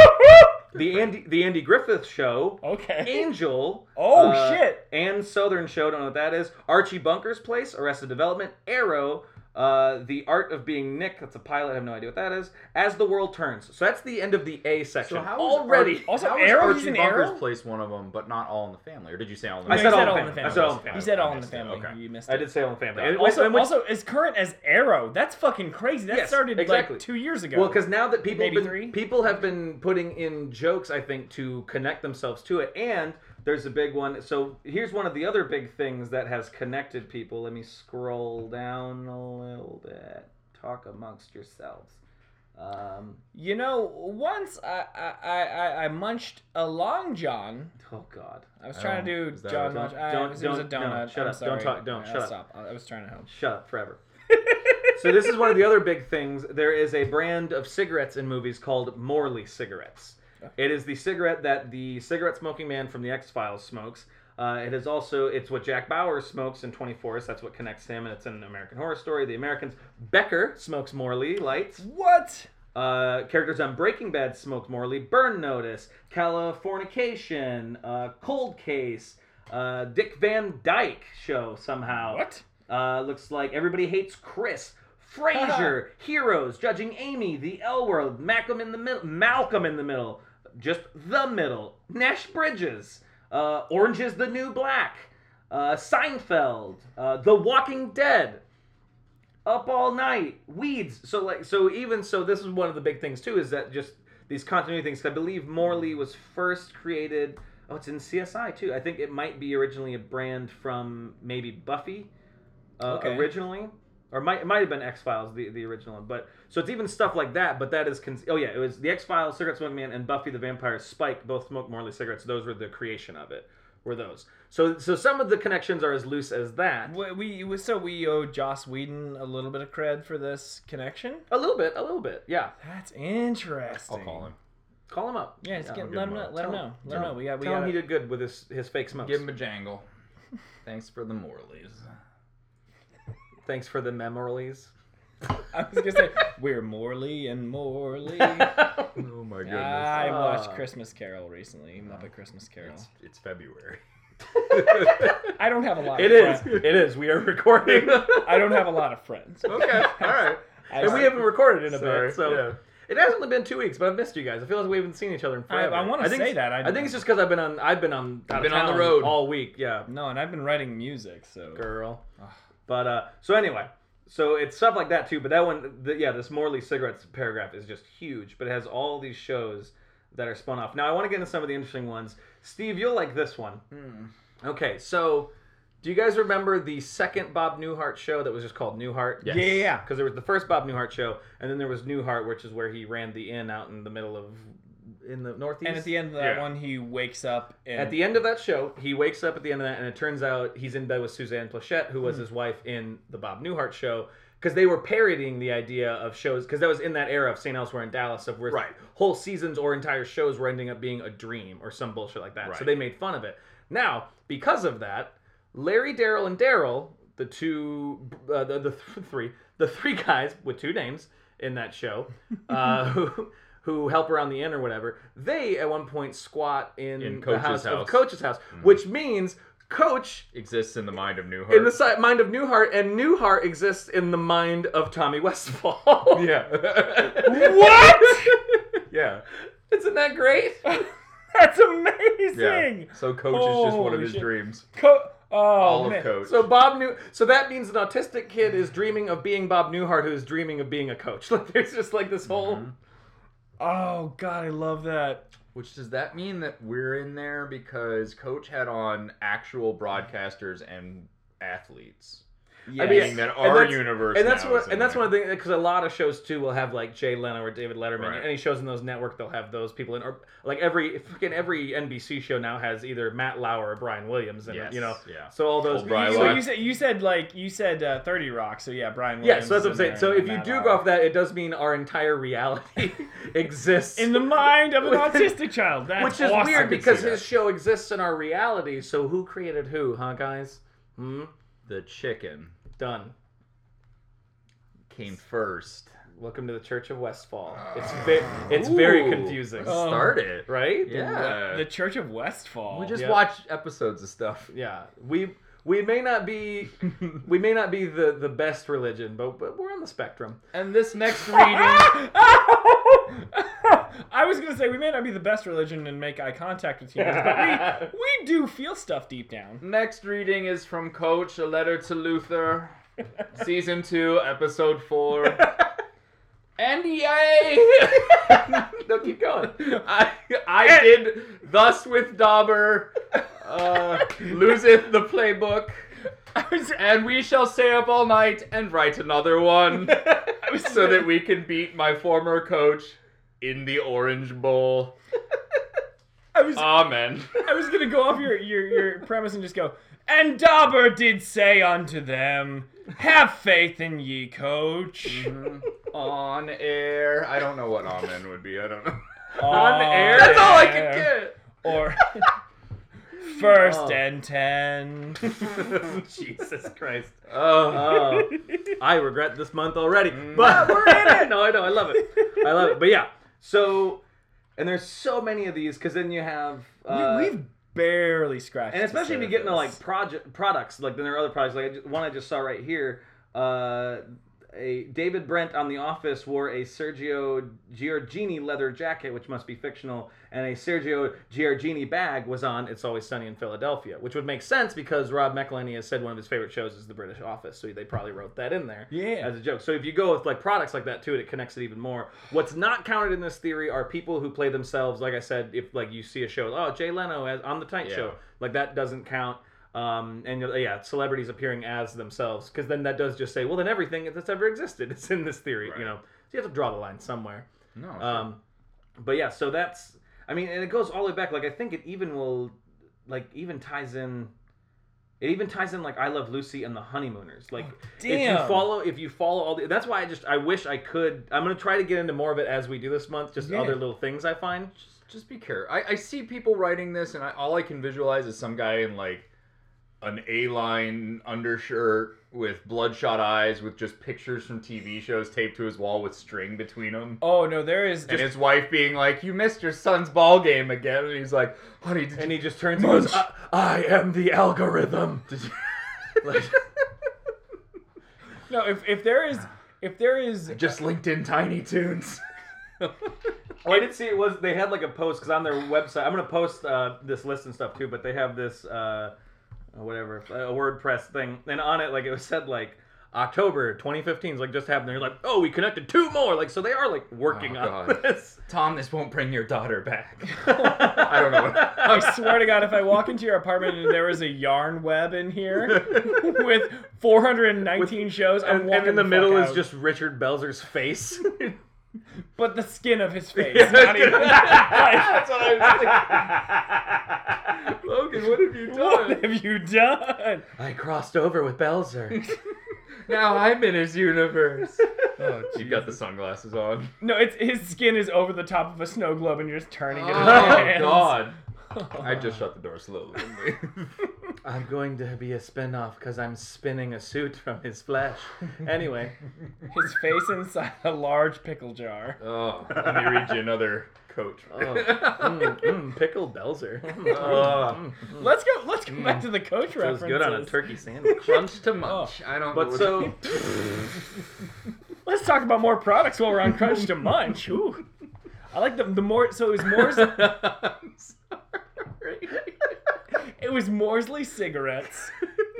the Andy the Andy Griffith Show,
Okay.
Angel. uh,
Oh, shit.
And Southern Show. Don't know what that is. Archie Bunker's Place. Arrested Development. Arrow. Uh, the Art of Being Nick. That's a pilot. I have no idea what that is. As the World Turns. So that's the end of the A section. already?
Also,
how
Arrow?
Archie
He's in
Bunker's
Arrow?
place one of them, but not all in the family. Or did you say all in the
I
No,
said all
he said
in
all
the
in the
family.
family.
I said all in the
He said all in the
missed it.
family.
Okay.
You missed it.
I did say on the family. And
Also,
and which-
also, as current as Arrow, that's fucking crazy. That
Yes,
started
exactly.
like two years ago.
Well, because now that people have
Maybe
been,
three?
people have been putting in jokes, I think, to connect themselves to it. And there's a big one. So here's one of the other big things that has connected people. Let me scroll down a little bit.
talk amongst yourselves. Um,
You know, once I I, I, I- I munched a long john.
oh God,
I was
I
trying
Oh,
don't-
to do
is that
John
what
Munch.
it's
I,
Don't-
it was it was a
don't- no,
donut.
shut
I'm
up, don't
sorry.
talk- don't,
Alright,
shut
I'll
up.
stop. I I was trying to help.
Shut up forever. so this is one of the other big things. There is a brand of cigarettes in movies called Morley cigarettes. It is the cigarette that the cigarette smoking man from the X Files smokes. Uh, it is also it's what Jack Bauer smokes in 24, so that's what connects him, and it's in American Horror Story. The Americans. Becker smokes Morley lights.
What?
Uh, characters on Breaking Bad smoked Morley. Burn Notice, Californication, uh, Cold Case, uh, Dick Van Dyke show somehow.
What?
Uh, looks like everybody hates Chris. Frasier, Heroes, Judging Amy, The L World, Malcolm in the Middle, Malcolm in the Middle, just the middle. Nash Bridges, uh, Orange is the New Black, uh, Seinfeld, uh, The Walking Dead, Up All Night, Weeds. So like, so even so, this is one of the big things too. Is that just these continuity things? 'Cause I believe Morley was first created. Oh, it's in CSI too. I think it might be originally a brand from maybe Buffy uh,
Okay.
originally, or might it might have been X Files the, the original one. But so it's even stuff like that. But that is con- oh yeah, it was the X Files, Cigarette Smoking Man, and Buffy the Vampire Spike both smoked Morley cigarettes. Those were the creation of it. Were those? So so some of the connections are as loose as that.
We, we we- so we owe Joss Whedon a little bit of cred for this connection.
A little bit, a little bit, yeah.
That's interesting.
I'll call him.
Call him up.
Yeah, just
Yeah.
get,
give
let
him
him
a-
know. Let him
tell
know.
him-
Let him know. We got. We
Tell
got.
him he did good with his his fake smokes.
Give him a jangle. Thanks for the Morleys.
Thanks for the memorials.
I was gonna say we're Morley and Morley.
oh
Oh my goodness.
I watched
Ah.
Christmas Carol recently. Muppet Christmas Carol.
it's, it's February.
I don't have a lot.
It
of
is.
Friends.
It is. We are recording.
I don't have a lot of friends.
okay. All right.
I,
and we haven't recorded in a
Sorry,
bit, so
yeah.
it has only been two weeks. But I've missed you guys. I feel like we haven't seen each other in
I- I
forever.
wanna
think
say
it's-
that. I
I, think it's just because I've been on. I've been on. out of
been on the
town
road.
all week. Yeah,
no, and I've been writing music, so
girl. But uh, so anyway, so it's stuff like that too. But that one, the, yeah, this Morley cigarettes paragraph is just huge. But it has all these shows that are spun off. Now I want to get into some of the interesting ones. Steve, you'll like this one.
Hmm.
Okay, so do you guys remember the second Bob Newhart show that was just called Newhart?
Yes.
yeah, yeah, yeah.
Because there was the first Bob Newhart show, and then there was Newhart, which is where he ran the inn out in the middle of in the northeast.
And at the end of that
Yeah.
one, he wakes up and
At the end of that show, he wakes up at the end of that, and it turns out he's in bed with Suzanne Plachette, who was
Hmm.
his wife in the Bob Newhart show, because they were parodying the idea of shows, because that was in that era of St. Elsewhere in Dallas, of where
Right.
whole seasons or entire shows were ending up being a dream or some bullshit like that. So
Right.
they made fun of it. Now, because of that, Larry, Daryl, and Daryl, the two, uh, the, the th- three, the three guys with two names in that show, uh, who who help around the inn or whatever, they at one point squat in,
In
Mm, the
Coach's
house, of
house. Mm.
Coach's house, which means Coach
Exists in the mind of Newhart.
in the si- mind of Newhart, and Newhart exists in the mind of Tommy Westfall.
yeah.
what?
yeah.
Isn't that great?
That's amazing.
Yeah. So coach is just one of
Holy
his
shit.
dreams.
Co- oh
All
man.
of coach.
So Bob New, so that means an autistic kid is dreaming of being Bob Newhart, who is dreaming of being a coach. Like there's just like this whole.
Oh god, I love that.
Which does that mean that we're in there because coach had on actual broadcasters and athletes?
Yes.
mean,
Meaning that
and
our
that's-
universe.
And that's
now Mm-hmm. is
what,
in
and that's
there.
one of the things because a lot of shows too will have like Jay Leno or David Letterman.
Right.
Any shows in those network, they'll have those people in. Or like every fucking every NBC show now has either Matt Lauer or Brian Williams, and
Yes,
you know,
yeah.
so all those.
Old
You-
Brian
so
Williams.
you said you said like you said uh, Thirty Rock, so yeah, Brian.
yeah,
Williams
so that's what I'm
is in
saying.
there
So
and
if you
Matt
do
Lauer.
go off that, it does mean our entire reality exists
in the mind of an
Which is-
autistic child, that's
Which is
awesome.
weird because
see
his
that.
show exists in our reality. So who created who, huh, guys? Hmm.
the chicken
Done.
came first.
Welcome to the Church of Westfall. It's ve- it's very
Ooh,
confusing,
Uh,
Um,
let's start it.
right?
Yeah.
the Church of Westfall.
we just
Yeah.
watch episodes of stuff.
Yeah. We we may not be we may not be the the best religion, but but we're on the spectrum.
And this next reading
I was gonna say we may not be the best religion and make eye contact with humans, but we we do feel stuff deep down.
next reading is from Coach, a letter to Luther. Season two, episode four. And yay!
no, keep going.
I I did thus with Dauber, uh, loseth the playbook.
I was,
And we shall stay up all night and write another one
I was
so that we can beat my former coach in the Orange Bowl.
I was
Amen.
I was gonna go off your, your, your premise and just go, and Dauber did say unto them, Have faith in ye, coach.
on air. I don't know what amen would be. I don't know.
On
air. That's all I could get.
Or first
Oh.
and ten.
Jesus Christ.
Oh,
Oh, I regret this month already. But Mm. we're in it. No, I know. I love it. I love it. But yeah. So, and there's so many of these because then you have. Uh,
we, we've barely scratched.
and
the
especially if you get into like project products, like then there are other products. Like I ju- one I just saw right here. Uh, a David Brent on The Office wore a Sergio Giorgini leather jacket, which must be fictional, and a Sergio Giorgini bag was on It's Always Sunny in Philadelphia, which would make sense because Rob McElhenney has said one of his favorite shows is The British Office, so they probably wrote that in there
Yeah.
as a joke. So if you go with like products like that too, it connects it even more. What's not counted in this theory are people who play themselves. Like I said, if like you see a show, oh Jay Leno as on the Tonight
Yeah.
Show, like that doesn't count. Um, and uh, yeah, celebrities appearing as themselves, because then that does just say, well, then everything that's ever existed is in this theory, you
Right.
know. So you have to draw the line somewhere.
no.
Um, but yeah, so that's I mean, and it goes all the way back. Like I think it even will, like even ties in. It even ties in like I Love Lucy and the Honeymooners. Like if
damn.
you follow if you follow all the that's why I just I wish I could I'm gonna try to get into more of it as we do this month, just
Yeah.
other little things I find.
just, just be careful. I, I see people writing this, and I, all I can visualize is some guy in like an A-line undershirt with bloodshot eyes, with just pictures from TV shows taped to his wall with string between them.
Oh no, there is
and his wife being like, "You missed your son's ball game again," and he's like, "Honey, did
And
you?"
he just turns and goes, uh,
Munch.
I, I am the algorithm.
Did you...
no if, if there is if there is
just linked in Tiny Toons.
Oh, I did see it was they had like a post because on their website I'm gonna post uh, this list and stuff too, but they have this uh, whatever a WordPress thing, and on it like it was said like October 2015 is like just happened. They're like, oh, we connected two more, like so they are like working
Oh,
on
God.
this.
Tom, this won't bring your daughter back.
I
don't know what-
I swear to God, if I walk into your apartment and there is a yarn web in here with 419 shows, I'm
And,
walking
and in the, middle
fuck
is
out.
just Richard Belzer's face.
but the skin of his face.
Yeah,
not even- like,
That's what I was thinking. Logan, what have you
what
done?
have you done?
I crossed over with Belzer.
now I'm in his universe. Oh, you got the sunglasses on.
No, it's his skin is over the top of a snow globe, and you're just turning it. in your
Oh
hands.
God! I just shut the door slowly.
I'm going to be a spin-off because I'm spinning a suit from his flesh. Anyway,
His face inside a large pickle jar.
oh, let me read you another coach.
oh, mm, mm, pickled Belzer. Mm,
Oh.
Let's go. Let's go back to the coach
Hmm. Feels
references.
good on a turkey sandwich.
Crunch to munch. I don't.
But
know
so,
Let's talk about more products while we're on Crunch to Munch. Ooh. I like the the more. So it was more.
I'm sorry.
It was Morsley cigarettes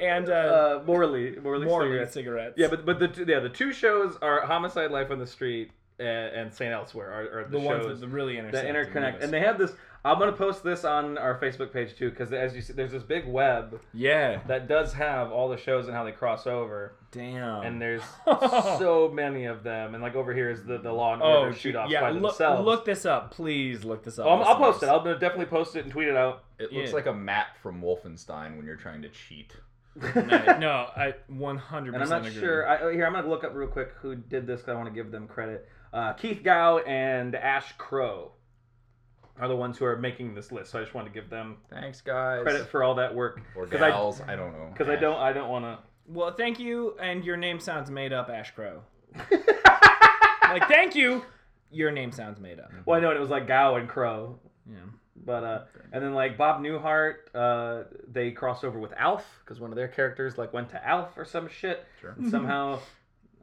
and uh,
uh, Morley, Morley,
Morley
cigarettes.
cigarettes.
Yeah, but but the two, yeah the two shows are Homicide: Life on the Street and, and Saint Elsewhere are, are the,
the, ones
shows
that really
that
intersect.
interconnect, and they have this. I'm gonna post this on our Facebook page too, because as you see, there's this big web
yeah,
that does have all the shows and how they cross over,
damn.
and there's so many of them, and like over here is the the Law and Order
oh
shoot offs
yeah,
by
look,
themselves.
look this up, please. Look this up.
Oh, I'm- I'll
listeners.
post it. I'll definitely post it and tweet it out.
It looks
Yeah.
like a map from Wolfenstein when you're trying to cheat.
No, no, I 100.
And I'm not sure. I, oh, here, I'm gonna look up real quick who did this because I want to give them credit. Uh, Keith Gow and Ash Crow are the ones who are making this list. So I just want to give them
Thanks, guys.
credit for all that work
or
because I
gals. I, don't know.
because I don't I don't want to.
Well, thank you, and your name sounds made up, Ash Crow. like, thank you. Your name sounds made up.
Well, I know and it was like Gow and Crow,
Yeah.
but uh, and then like Bob Newhart, uh, they crossed over with Alf because one of their characters like went to Alf or some shit.
Sure.
And somehow,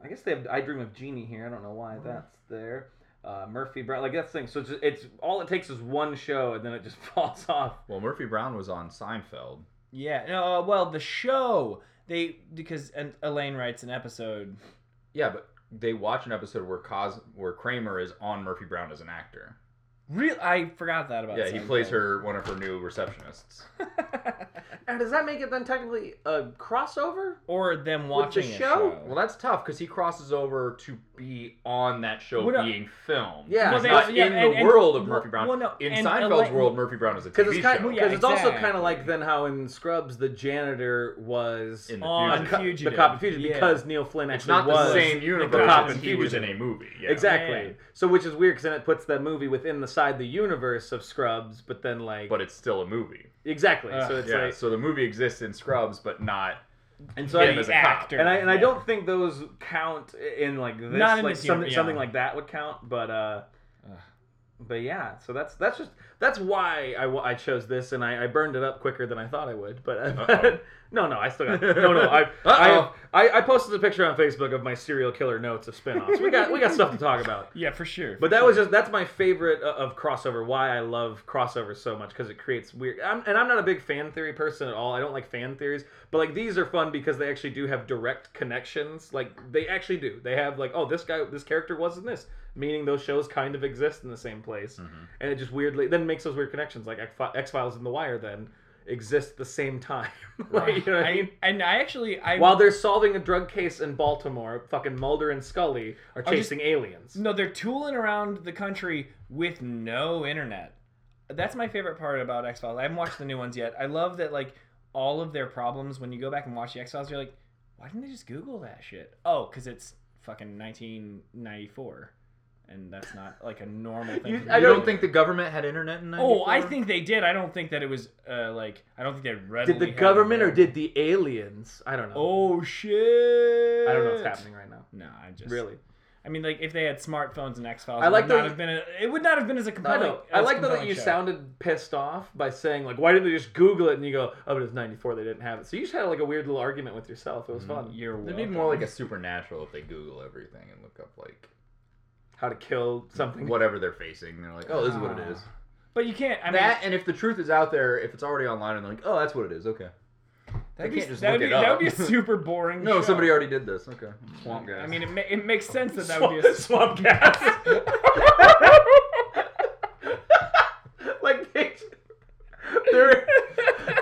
I guess they have I Dream of Jeannie here. I don't know why that's there. Uh, Murphy Brown, like that's the thing. So it's, it's all it takes is one show, and then it just falls off.
Well, Murphy Brown was on Seinfeld.
Yeah. No. Uh, well, the show they because and Elaine writes an episode.
Yeah, but they watch an episode where Cos where Kramer is on Murphy Brown as an actor.
Real, I forgot that about.
Yeah, he
Seinfeld.
plays her one of her new receptionists.
And does that make it then technically a crossover?
or them watching
the
a
show?
Well, that's tough because he crosses over to be on that show
What a-
being filmed.
Yeah. Well,
He's
they
not
also- yeah,
in
and-
the
and-
world of
well-
Murphy Brown.
well, no,
in
and
Seinfeld's
ele-
world, Murphy Brown is a TV
Because it's kind,
show.
because
yeah,
it's also kind
exactly.
of like then how in Scrubs the janitor was
In the
on
future.
co-
Fugitive.
the cop in Fugitive
Yeah.
because Neil Flynn
It's
actually
not
was
the same universe.
cop
as
in
he was in
Fugitive.
a movie. Yeah.
Exactly.
Yeah.
So which is weird because then it puts that movie within the side the universe of Scrubs, but then like
But it's still a movie.
exactly.
Ugh.
so it's
yeah.
like
so the movie exists in Scrubs, but not.
and so
So
him
I,
as a cop.
actor.
and I and I
Yeah.
don't think those count in like this
Not in
like
this
something
universe, yeah.
something like that would count, but uh.
Ugh.
But yeah, so that's that's just that's why I, wa- I chose this and I, I burned it up quicker than I thought I would. But,
Uh-oh.
no, no, I still got no, no. I, I,
Uh-oh.
I I posted a picture on Facebook of my serial killer notes of spinoffs. We got we got stuff to talk about.
Yeah, for sure.
But that was just that's my favorite o- of crossover. Why I love crossover so much because it creates weird. I'm, and I'm not a big fan theory person at all. I don't like fan theories, but like these are fun because they actually do have direct connections. Like they actually do. They have like oh this guy this character was in this, meaning those shows kind of exist in the same place,
Mm-hmm.
and it just weirdly then makes those weird connections. Like X Files and The Wire then exist the same time. like, you know what I mean?
and I actually I
While they're solving a drug case in Baltimore, fucking Mulder and Scully are
Are just-
chasing aliens.
no, they're tooling around the country with no internet. That's my favorite part about X Files. I haven't watched the new ones yet. I love that like all of their problems. When you go back and watch the X Files, you're like, why didn't they just Google that shit? Oh, because it's fucking 1994, and that's not like a normal thing.
You-
to
I
I
do.
don't-
don't think the government had internet in 94?
Oh, I think they did. I don't think that it was uh, like I don't think they readily
Did the
had it
government or
available.
did the aliens? I don't know.
Oh shit!
I don't know what's happening right now.
No, I just
Really.
I mean, like if they had smartphones and X Files,
I
I
like
like
that
not
you-
have been. A, it would not have been as a
I
compelling.
know. I
as
like though that
compelling
you
show.
sounded pissed off by saying like, "Why didn't they just Google it?" And you go, "Oh, but it's '94. They didn't have it." So you just had like a weird little argument with yourself. It was fun.
You're
It'd be more like a supernatural if they Google everything and look up like
How to kill something.
whatever they're facing. They're like, oh, this is what it is.
But you can't. I mean,
That and if the truth is out there, if it's already online, and they're like, oh, that's what it is. Okay.
that'd
they
be,
can't just
that'd
look
be,
it
That
up.
would be a super boring.
No,
show.
somebody already did this. Okay. Swamp guys.
I mean, it, ma- it makes sense that that
Swamp,
would be. A,
swamp gas. like they, they're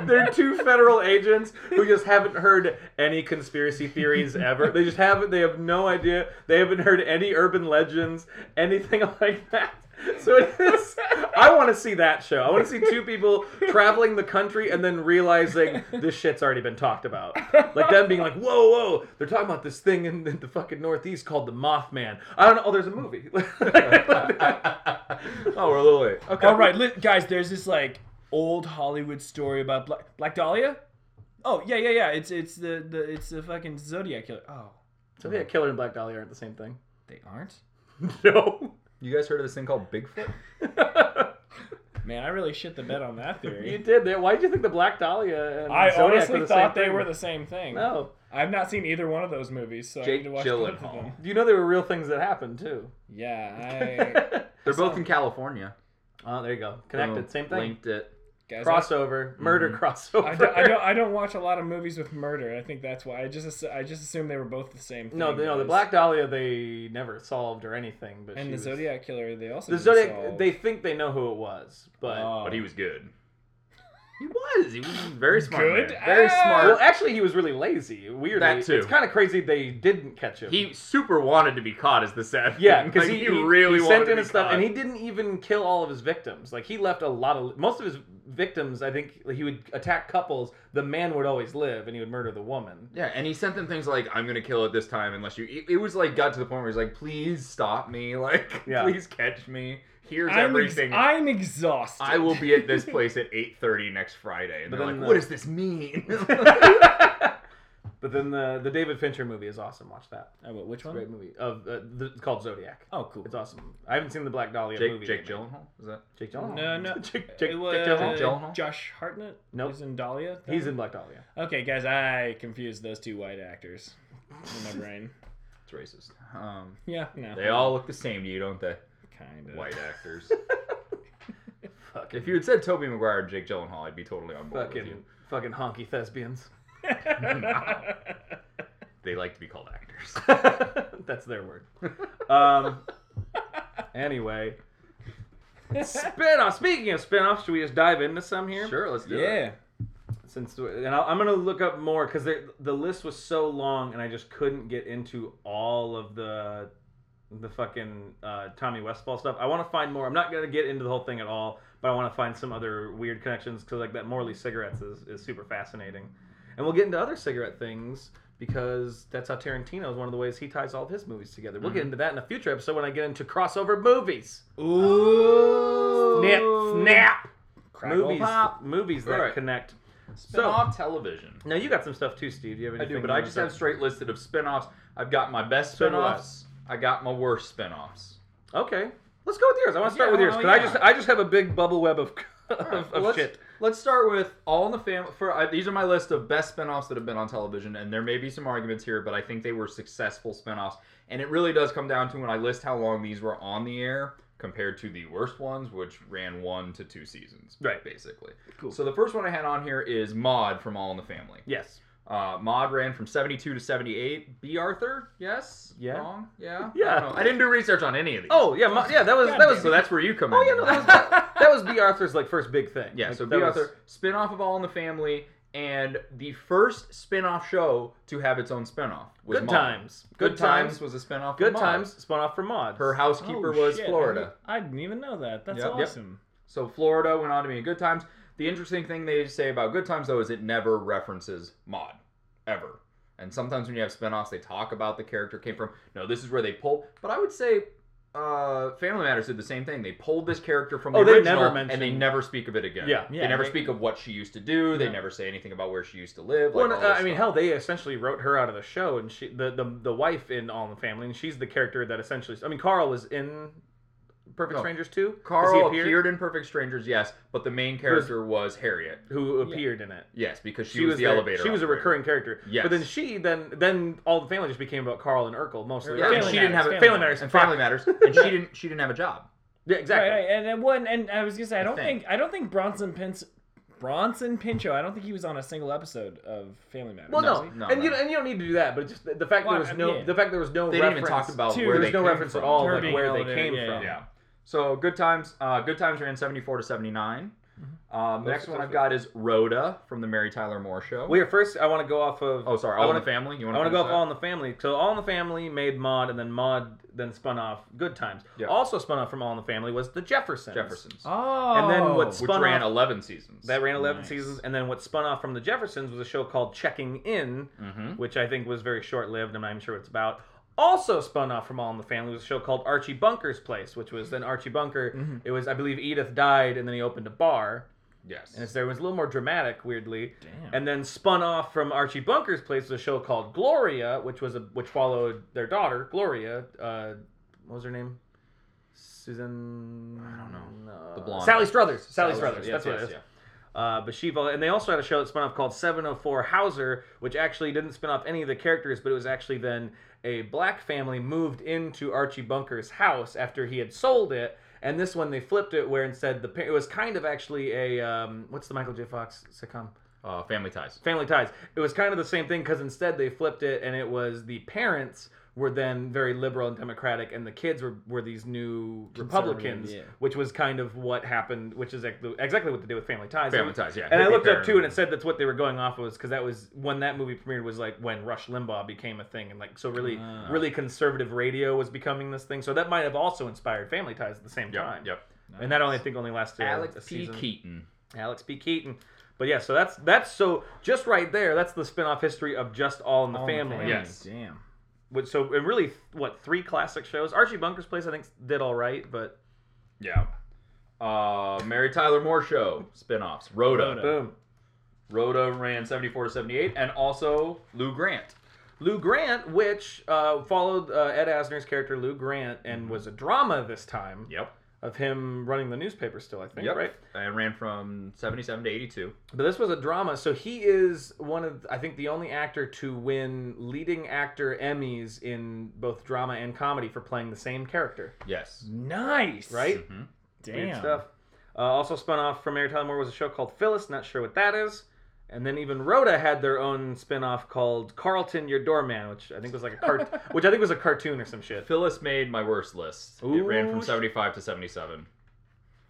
they're two federal agents who just haven't heard any conspiracy theories ever. They just haven't. They have no idea. They haven't heard any urban legends, anything like that. So it is. I want to see that show. I want to see two people traveling the country and then realizing this shit's already been talked about. Like them being like, "Whoa, whoa!" They're talking about this thing in the, the fucking Northeast called the Mothman. I don't know. Oh, there's a movie.
oh, we're a little late. Okay.
all right, li- guys. There's this like old Hollywood story about Black, Black Dahlia. Oh yeah, yeah, yeah. It's it's the, the it's the fucking Zodiac killer. Oh,
so yeah, Killer and Black Dahlia aren't the same thing.
they aren't.
No.
You guys heard of this thing called Bigfoot?
Man, I really shit the bed on that
You
theory.
did. That. Why did you think the Black Dahlia and
I
Zodiac
honestly
were the
thought
same
they
thing?
were the same thing.
No.
I've not seen either one of those movies, so I
Jake
need to watch both of
Gyllenhaal.
them.
You know they were real things that happened too.
Yeah, I,
They're both in California.
oh, Mm-hmm. there you go. Connected.
Boom.
same thing.
Linked it.
guys,
Crossover. Murder crossover.
I, I don't, I don't. I don't watch a lot of movies with murder. I think that's why. I just. assu- I just assumed they were both the same. Thing
No, the, no, the
guys.
Black Dahlia they never solved or anything. But she
and the
was-
Zodiac killer. They also.
The
didn't
Zodiac.
solve.
They think they know who it was, but
Oh.
But he was good. He was. He was very smart.
Good?
man. Very
Ah!
smart.
well, actually, he was really lazy. Weirdly,
That too.
It's kind of crazy they didn't catch him.
He super wanted to be caught as the sad.
Yeah,
thing.
because
Like,
he,
he really
he
wanted
sent
to
in
be
his stuff,
caught.
and he didn't even kill all of his victims. Like he left a lot of most of his victims. I think he would attack couples. The man would always live, and he would murder the woman.
Yeah, and he sent them things like, "I'm gonna kill it this time unless you." It, it was like got to the point where he's like, "Please stop me! Like,
Yeah.
please catch me! Here's
I'm
everything.
Ex- I'm exhausted.
I will be at this place at 8:30 next Friday." And
But
they're
then
like,
the-
"What does this mean?"
But then the the David Fincher movie is awesome. Watch that.
Oh, wait, which
It's a
one?
great movie of uh, the, it's called Zodiac.
Oh, cool.
It's awesome. I haven't seen the Black Dahlia
Jake,
movie.
Jake Gyllenhaal is that?
Jake Gyllenhaal.
No, no.
Jake, Jake, Jake
It
Gyllenhaal.
was
Gyllenhaal?
Josh Hartnett.
Nope.
He's in Dahlia.
He's in Black Dahlia.
Okay, guys, I confused those two white actors in my brain.
It's racist. Um,
Yeah, no.
they all look the same to you, don't they?
kind of
White actors.
Fuck
if you had said Toby Maguire and Jake Gyllenhaal, I'd be totally on board with
fucking
you.
fucking honky thespians.
They like to be called actors.
That's their word. Um. anyway, spin-off. Speaking of spin-offs, should we just dive into some here?
Sure, let's do it.
yeah.
Since and I'll, I'm gonna look up more because the list was so long and I just couldn't get into all of the the fucking uh, Tommy Westfall stuff. I want to find more. I'm not gonna get into the whole thing at all, but I want to find some other weird connections because like that Morley cigarettes is, is super fascinating, and we'll get into other cigarette things because that's how Tarantino is one of the ways he ties all of his movies together. We'll get
Mm-hmm.
into that in a future episode when I get into crossover movies.
Ooh.
Snip, snap.
Crackle
movies,
pop.
movies that
Alright.
connect.
Spin-off television.
Now you got some stuff too, Steve. Do you have
I
anything?
do, but
you
I
wanna
just
talk-
have straight listed of spin-offs. I've got my best
So do I.
spin-offs. I got my worst spin-offs.
Okay, let's go with yours. I want to start
Yeah,
with yours
well,
because I
yeah.
just I just have a big bubble web of of,
Alright,
of
well, let's,
shit.
let's start with All in the Family. For I, these are my list of best spin-offs that have been on television, and there may be some arguments here, but I think they were successful spin-offs. And it really does come down to when I list how long these were on the air compared to the worst ones, which ran one to two seasons,
Right.
Basically.
Cool.
So the first one I had on here is Maud from All in the Family.
Yes.
Uh, Maud ran from 72 to 78. B. Arthur? Yes?
Yeah.
Wrong? Yeah?
Yeah.
I, don't know. I didn't do research on any of these.
Oh yeah, mo- yeah. That was that was
so that's where you come
Oh
in.
yeah, no, that was that was B. Arthur's like first big thing.
Yeah,
Like,
so
that
B.
was-
Arthur, spin-off of All in the Family, and the first spin-off show to have its own spin-off was
Good
Maude.
times.
Good, Times,
times.
was a spin-off.
Good
of Maude.
times. Spun off from Maud.
Her housekeeper
Oh,
was
shit.
Florida.
I didn't, I didn't even know that. That's
Yep. Yep.
awesome.
So Florida went on to be in Good Times. The interesting thing they say about Good Times though is it never references Maud, ever. And sometimes when you have spin-offs, they talk about the character came from. No, this is where they pull. But I would say. Uh, Family Matters did the same thing. They pulled this character from the
Oh, they
original,
never
and they
mentioned-
never speak of it again.
Yeah.
Yeah,
they never
they-
speak of what she used to do. They
Yeah.
never say anything about where she used to live.
Well,
Like, all
no, uh, I
this
mean,
stuff.
hell, they essentially wrote her out of the show, and she, the, the the wife in All in the Family, and she's the character that essentially. I mean, Carl was in Perfect
No.
Strangers too. 'Cause he
Oh. Carl appeared? in Perfect Strangers, yes, but the main character was Harriet.
who
Yeah.
appeared in it.
Yes, because she,
she
was, the
there-
elevator.
She was a
operator.
recurring character.
Yes.
But then she then then all the family just became about Carl and Urkel mostly.
Yeah,
Or-
and she didn't have a-
Family Matters.
and Family Matters, and she didn't. She didn't have a job.
Yeah, exactly.
Right, right. And then one, and I was gonna say, I don't
think.
think, I don't think Bronson Pinch, Bronson Pinchot, I don't think he was on a single episode of Family Matters.
Well, no,
No, no,
and you
no.
and you don't need to do that, but just the, the fact
Well,
there
I
was no
mean,
the fact there was no
They didn't
reference
even talk about
to-
where
there
they
was no
came
reference
from.
at all
Her
like
being
where they
elevator,
came
yeah,
from.
Yeah. So good times. Uh, good times ran seventy four to seventy nine. Um,
Mm-hmm. Those
next
are
one I've
good.
got is Rhoda from the Mary Tyler Moore Show.
Well, here first I want to go off of
oh, sorry,
I
All in
wanna,
the Family. You
I
want
want to go off
that?
All in the Family. So All in the Family made Maud, and then Maud then spun off Good Times.
Yeah.
Also spun off from All in the Family was the Jeffersons.
Jeffersons,
Oh.
And then what's-
which
spun
ran
off-
eleven seasons.
That ran 11
Nice.
seasons, and then what spun off from the Jeffersons was a show called Checking In,
hmm
which I think was very short lived. I'm not even sure what it's about. Also spun off from All in the Family was a show called Archie Bunker's Place, which was then Archie Bunker.
Mhm.
It was, I believe, Edith died, and then he opened a bar,
Yes.
and it's there it was a little more dramatic, weirdly.
Damn.
And then spun off from Archie Bunker's Place was a show called Gloria, which was a which followed their daughter Gloria. Uh, what was her name? Susan.
I don't know.
uh,
The blonde.
Sally Struthers. Sally,
Yes,
Struthers.
yes,
That's what
yes,
it is.
yeah.
Uh, but she, and they also had a show that spun off called 704 Hauser, which actually didn't spin off any of the characters, but it was actually then a black family moved into Archie Bunker's house after he had sold it. And this one they flipped it, where instead the pa- it was kind of actually a um, what's the Michael J. Fox sitcom?
Uh, family Ties.
Family Ties. It was kind of the same thing because instead they flipped it, and it was the parents were then very liberal and democratic, and the kids were, were these new Republicans,
Conservative, yeah.
which was kind of what happened, which is ex- exactly what they did with Family Ties.
Family Ties, yeah.
And I
Hippie
looked up too,
parent.
and it said that's what they were going off of, was because that was when that movie premiered was like when Rush Limbaugh became a thing, and like so really,
Ah.
really conservative radio was becoming this thing. So that might have also inspired Family Ties at the same time.
Yep. Yep.
And that only I think only lasted a- a
Alex P.
season.
Keaton.
Alex P. Keaton. But yeah, so that's that's so just right there. That's the spin-off history of just All in the
All in
Family.
Family. Yes.
Oh, Damn.
Which- So and really, what three classic shows? Archie Bunker's Place, I think, did all right, but
Yeah. Uh, Mary Tyler Moore Show spinoffs. Rhoda.
Rhoda.
boom.
Rhoda ran 74 to 78, and also Lou Grant.
Lou Grant, which uh, followed uh, Ed Asner's character Lou Grant, and was a drama this time
Yep.
of him running the newspaper. Still, I think,
Yep.
right?
And ran from 77 to 82.
But this was a drama, so he is one of I think the only actor to win leading actor Emmys in both drama and comedy for playing the same character.
Yes.
Nice.
Right?
Mhm.
Damn.
Weird stuff. Uh, also spun off from Mary Tyler Moore was a show called Phyllis. Not sure what that is. And then even Rhoda had their own spin-off called Carlton Your Doorman, which I think was like a cart, which I think was a cartoon or some shit.
Phyllis made my worst list. it ran
Ooh,
from
sh-
75 to 77.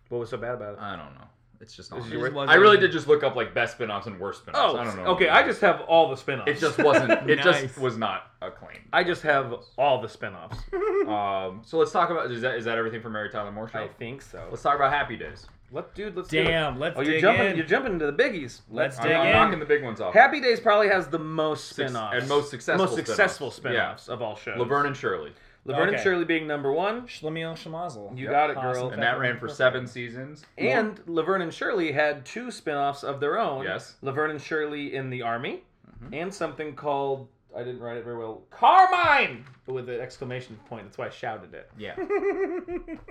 What was so bad about it?
I don't know. It's just
This
not.
is
your-
I really did just look up like best spin-offs and worst spin-offs.
oh,
I don't know.
okay. I just have all the spin-offs.
it just wasn't. It
Nice.
just was not acclaimed.
I just have all the spin-offs.
Um, so let's talk about is that is that everything from Mary Tyler Moore show?
I think so.
Let's talk about Happy Days.
Let dude, let's do it.
Damn, let's
Oh, you're
dig
jumping.
in.
You're jumping into the biggies.
Let's
I'm,
dig
I'm
in.
knocking the big ones off.
Happy Days probably has the most
Six-
spin-offs
and most successful
most successful
spin-offs.
spin-offs of all shows.
Laverne and Shirley,
Laverne and
Okay.
Shirley being number one.
Schlemiel Schmazel.
You
Yep.
got it, girl.
Awesome.
and that ran for seven seasons.
And Laverne and Shirley had two spin-offs of their own.
Yes.
Laverne and Shirley in the Army and something called I didn't write it very well. Carmine with an exclamation point. That's why I shouted it.
yeah,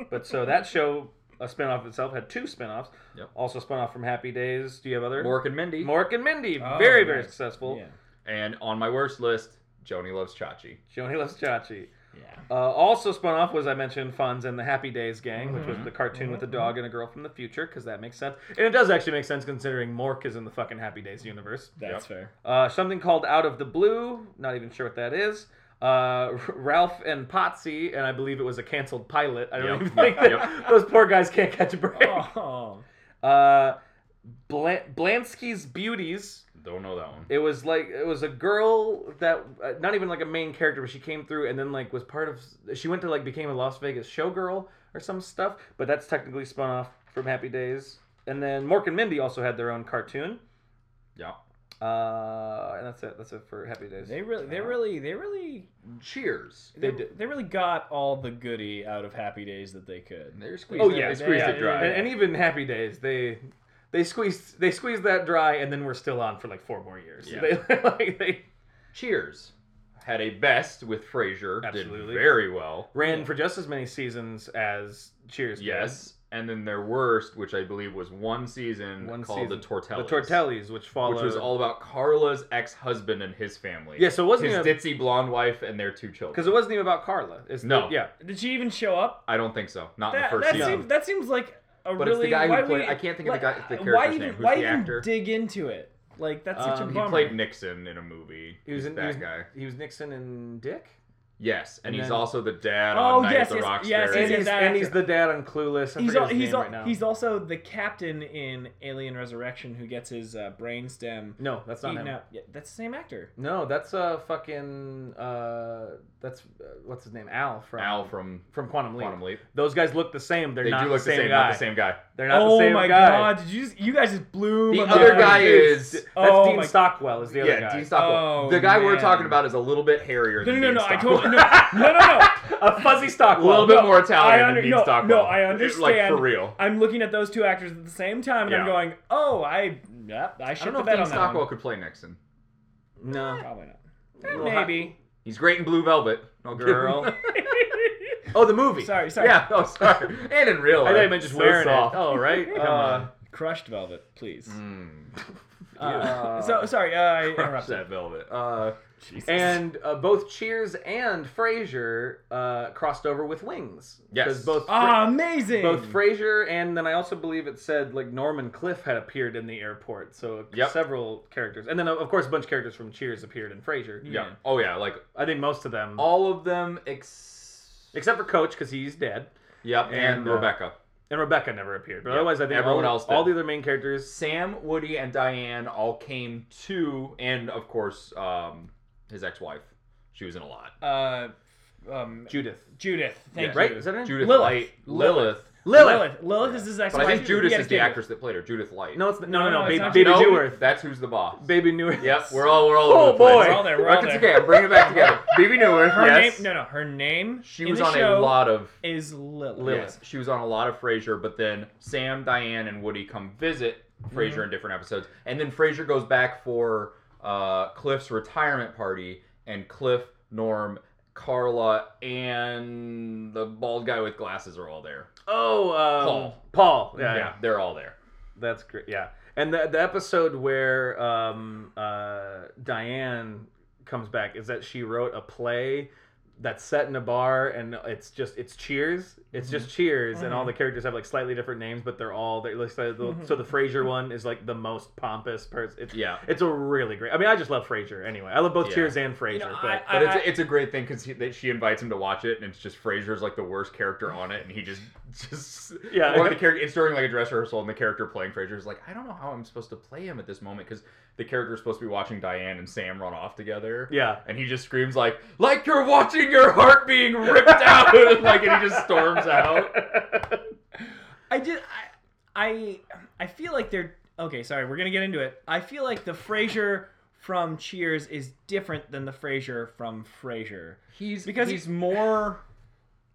But so that show a spin-off of itself had two spin-offs.
Yep.
Also spun off from Happy Days. Do you have other?
Mork and Mindy,
Mork and Mindy.
Oh,
very, very
nice.
successful.
Yeah.
and on my worst list, Joni loves Chachi.
Joni loves Chachi.
Yeah.
Uh, also spun off was I mentioned Fonz and the Happy Days Gang, which was the cartoon with a dog and a girl from the future, because that makes sense. And it does actually make sense considering Mork is in the fucking Happy Days universe.
That's fair.
Uh, something called Out of the Blue, not even sure what that is. Uh, Ralph and Potsy, and I believe it was a canceled pilot. I don't
Yep.
even think that
Yep.
those poor guys can't catch a break.
Oh.
Uh, Bla- Blansky's Beauties,
Don't know that one.
it was like it was a girl that uh, not even like a main character, but she came through and then like was part of. She went to like became a Las Vegas showgirl or some stuff, but that's technically spun off from Happy Days. And then Mork and Mindy also had their own cartoon,
Yeah.
uh, and that's it. That's it for Happy Days.
They really, they really, they really,
Cheers.
they,
They did.
they really got all the goody out of Happy Days that they could.
They're squeezed.
oh
it-
yeah,
they squeezed
yeah,
it dry.
And, and even Happy Days, they they squeezed they squeezed that dry, and then we're still on for like four more years.
Yeah.
They, like they
Cheers had a best with Frasier.
Absolutely.
Did very well.
ran for just as many seasons as Cheers. did.
Yes. And then their worst, which I believe was one season
One
called
season.
The Tortellas.
The Tortellis, which followed.
Which was all about Carla's ex husband and his family.
Yeah, so it wasn't
his
even-
ditzy blonde wife and their two children.
Because it wasn't even about Carla. It's
No.
the- yeah.
Did she even show up?
I don't think so. Not
That,
in the first
that
season.
seems that seems like a
But
really.
it's the guy who
why
played-
we-
I can't think of the
like, uh,
guy- the
Why
character's
even
name. Who's
why
the
even
actor?
dig into it? Like that's such
Um,
a
he
he
bummer.
played Nixon in a movie.
He was
He's
in
that
he was,
guy.
He was Nixon and Dick.
Yes, and,
and
he's
then-
also the dad
Oh,
on Night
yes,
at the
yes,
Roxbury.
yes,
And
yes,
he's,
that
and
actor.
he's the dad on Clueless. I
He's
forget
al-
his
he's
name
al-
right now.
he's also the captain in Alien Resurrection who gets his uh, brain stem
no, that's not
eaten
him.
out. Yeah, that's the same actor.
No, that's uh fucking uh that's uh, what's his name Al from
Al from
from Quantum Leap.
Quantum Leap.
Those guys look the same. They're
They
not
do look
the same, guy.
not the same guy.
They're not
oh
the same
my
guy.
god! Did you just, you guys just blew
The
my
other
mind.
guy is-
that's
Oh
Dean
my-
Stockwell is the other
yeah,
guy.
Dean Stockwell.
Oh,
the guy we're
man.
talking about is a little bit hairier
No, no,
than
no,
Dean
no! I
Stockwell.
told no, no, no, no.
a fuzzy
a
Stockwell.
little bit more Italian
I
than
under-
Dean
no, no,
Stockwell.
I
It's, Like,
understand.
for real.
I'm looking at those two actors at the same time, and
Yeah.
I'm going, "Oh, I, yeah, I
I
should
don't know
have
if
bet
Dean
on that
Stockwell
one."
could play Nixon.
No.
Probably not.
Little
Maybe.
He's great in Blue Velvet. No
Girl. Oh, the movie.
sorry, sorry.
yeah, oh, sorry. And in real
I
life.
thought you meant just
So
wearing
soft.
it. Oh, right.
Come on.
Uh, Crushed Velvet, please.
Mm,
Uh, so sorry, uh, I
crush
interrupted.
that velvet. Uh,
Jesus.
And uh, both Cheers and Frasier uh, crossed over with Wings.
Yes.
'Cause both
ah, amazing.
both Frasier and then I also believe it said like Norman Cliff had appeared in the airport. So
Yep.
several characters, and then of course a bunch of characters from Cheers appeared in Frasier.
yeah.
Yeah.
Oh, yeah. Like
I think most of them,
all of them ex-
except for Coach, because he's dead,
Yep, and,
And, uh,
Rebecca.
and Rebecca never appeared. But
Yeah.
otherwise, I think
Everyone
all,
else did.
all the other main characters.
Sam, Woody, and Diane all came to, and of course, um, his ex-wife. She was in a lot.
uh, um,
Judith,
Judith. Thank
right?
you.
Is that her name?
Judith
Lilith.
Light,
Lilith.
Lilith.
Lilith.
Lilith. Lilith is his
But
ex-wife.
I think Judith
Yeah,
is the
Judith.
actress that played her. Judith Light.
No, it's no, no,
No,
no,
it's
baby,
not
baby
No,
Newirth,
That's who's the boss.
baby Newirth.
Yep, we're all we're all.
Oh,
over the place.
boy.
We're all there. We're all
That's
there.
okay. I'm bringing it back together. Baby Newer.
Her
yes.
name? No, no. Her name.
She
in
was
the
on
show
a lot of
Is Lilith.
Lilith.
Yes, she was on a lot of Frasier, but then Sam, Diane, and Woody come visit Frasier
Mm-hmm.
in different episodes, and then Frasier goes back for uh, Cliff's retirement party, and Cliff, Norm, Carla, and the bald guy with glasses are all there.
Oh, um,
Paul.
Paul. Yeah, yeah.
they're all there.
That's great. Yeah, and the the episode where um, uh, Diane comes back is that she wrote a play that's set in a bar, and it's just it's Cheers. It's just
Mm-hmm.
Cheers, and all the characters have like slightly different names, but they're all they're like, so the,
Mm-hmm.
so the Frasier one is like the most pompous person. It's,
Yeah.
it's a really great. I mean, I just love Frasier anyway. I love both
Yeah.
Cheers and Frasier, but.
I-
But it's, it's a great thing because she invites him to watch it, and it's just Frasier's like the worst character on it, and he just just
Yeah.
One of the character. It's during like a dress rehearsal, and the character playing Frasier is like, I don't know how I'm supposed to play him at this moment because the character's supposed to be watching Diane and Sam run off together.
Yeah.
And he just screams like, like you're watching your heart being ripped out, like, and he just storms out.
I did. I, I I feel like they're okay. Sorry, we're gonna get into it. I feel like the Frasier from Cheers is different than the Frasier from Frasier.
He's
Because
because he's more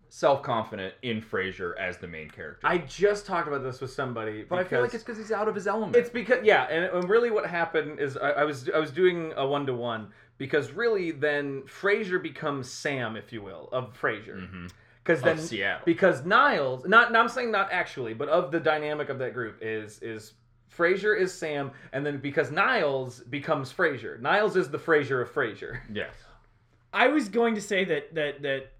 self confident in Frasier as the main character.
I just talked about this with somebody,
but I feel like
because-
it's because he's out of his element.
It's because yeah, and, and really what happened is I, I was I was doing a one to one because really then Frasier becomes Sam, if you will, of Frasier.
Mhm.
Because then
Of Seattle.
because Niles, not, not I'm saying not actually, but of the dynamic of that group is is Frasier is Sam, and then because Niles becomes Frasier. Niles is the Frasier of Frasier.
yes.
I was going to say that that that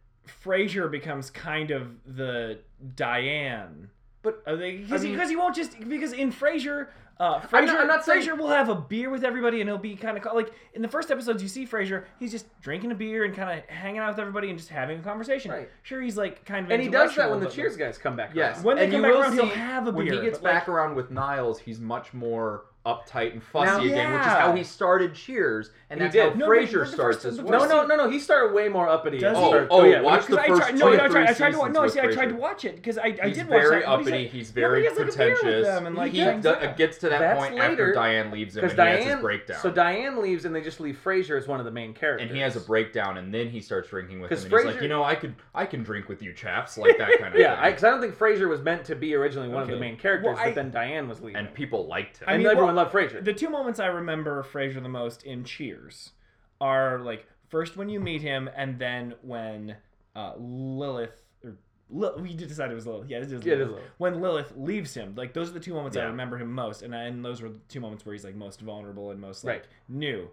Frasier becomes kind of the Diane,
But,
because
I mean-
because he won't just because in Frasier. Uh, Frasier,
I'm not- I'm not saying-
Frasier will have a beer with everybody, and he'll be kind of like in the first episodes. You see Frasier, he's just drinking a beer and kind of hanging out with everybody and just having a conversation.
Right.
Sure, he's like kind of
And he does that
intellectual,
when the
but,
Cheers
like,
guys come back.
Yes.
around.
When they
and
come
you
back
will
around, he'll
see-
have a
When he
beer,
gets
but, like-
back around with Niles, he's much more uptight and fussy
Now-
again, which is
Yeah.
how he started Cheers, and
He
that's
did.
how
No, but
Frasier
the- the
starts
first-
as
the
well.
No,
first-
no, no, no. He started way more uppity.
Does he?
He
Oh,
started-
oh,
yeah,
watch
when
the
Because I
first
tried, no, I
two or
tried, I
three
tried to watch, no,
seasons
see, I
of
tried to
Frasier.
watch it because I, I
He's
did watch
very
that, but
uppity.
like-
he's
nobody
very
has, like, a beer with
pretentious.
them and, like,
he
hangs
d- uh,
out.
gets to that
That's
point
later,
after Diane leaves him, and
Because
he
Diane,
has his breakdown.
so Diane leaves, and they just leave Frasier as one of the main characters.
and he has a breakdown, and then he starts drinking with him,
'Cause
and he's
Frasier-
like, you know, I could, I can drink with you, chaps, like that kind of
Yeah,
thing.
because I, don't think Frasier was meant to be originally one of the
Okay.
main characters,
Well, I-
but then Diane was leaving,
and people liked him.
I
and
mean,
everyone
well,
loved Frasier.
The two moments I remember Frasier the most in Cheers are like first when you meet him, and then when uh, Lilith or Lil we did decide it was Lilith. Yeah, it is Lilith.
Yeah, it is Lilith.
When Lilith leaves him, like those are the two moments I
Yeah.
remember him most, and I, and those were the two moments where he's like most vulnerable and most like
Right.
new.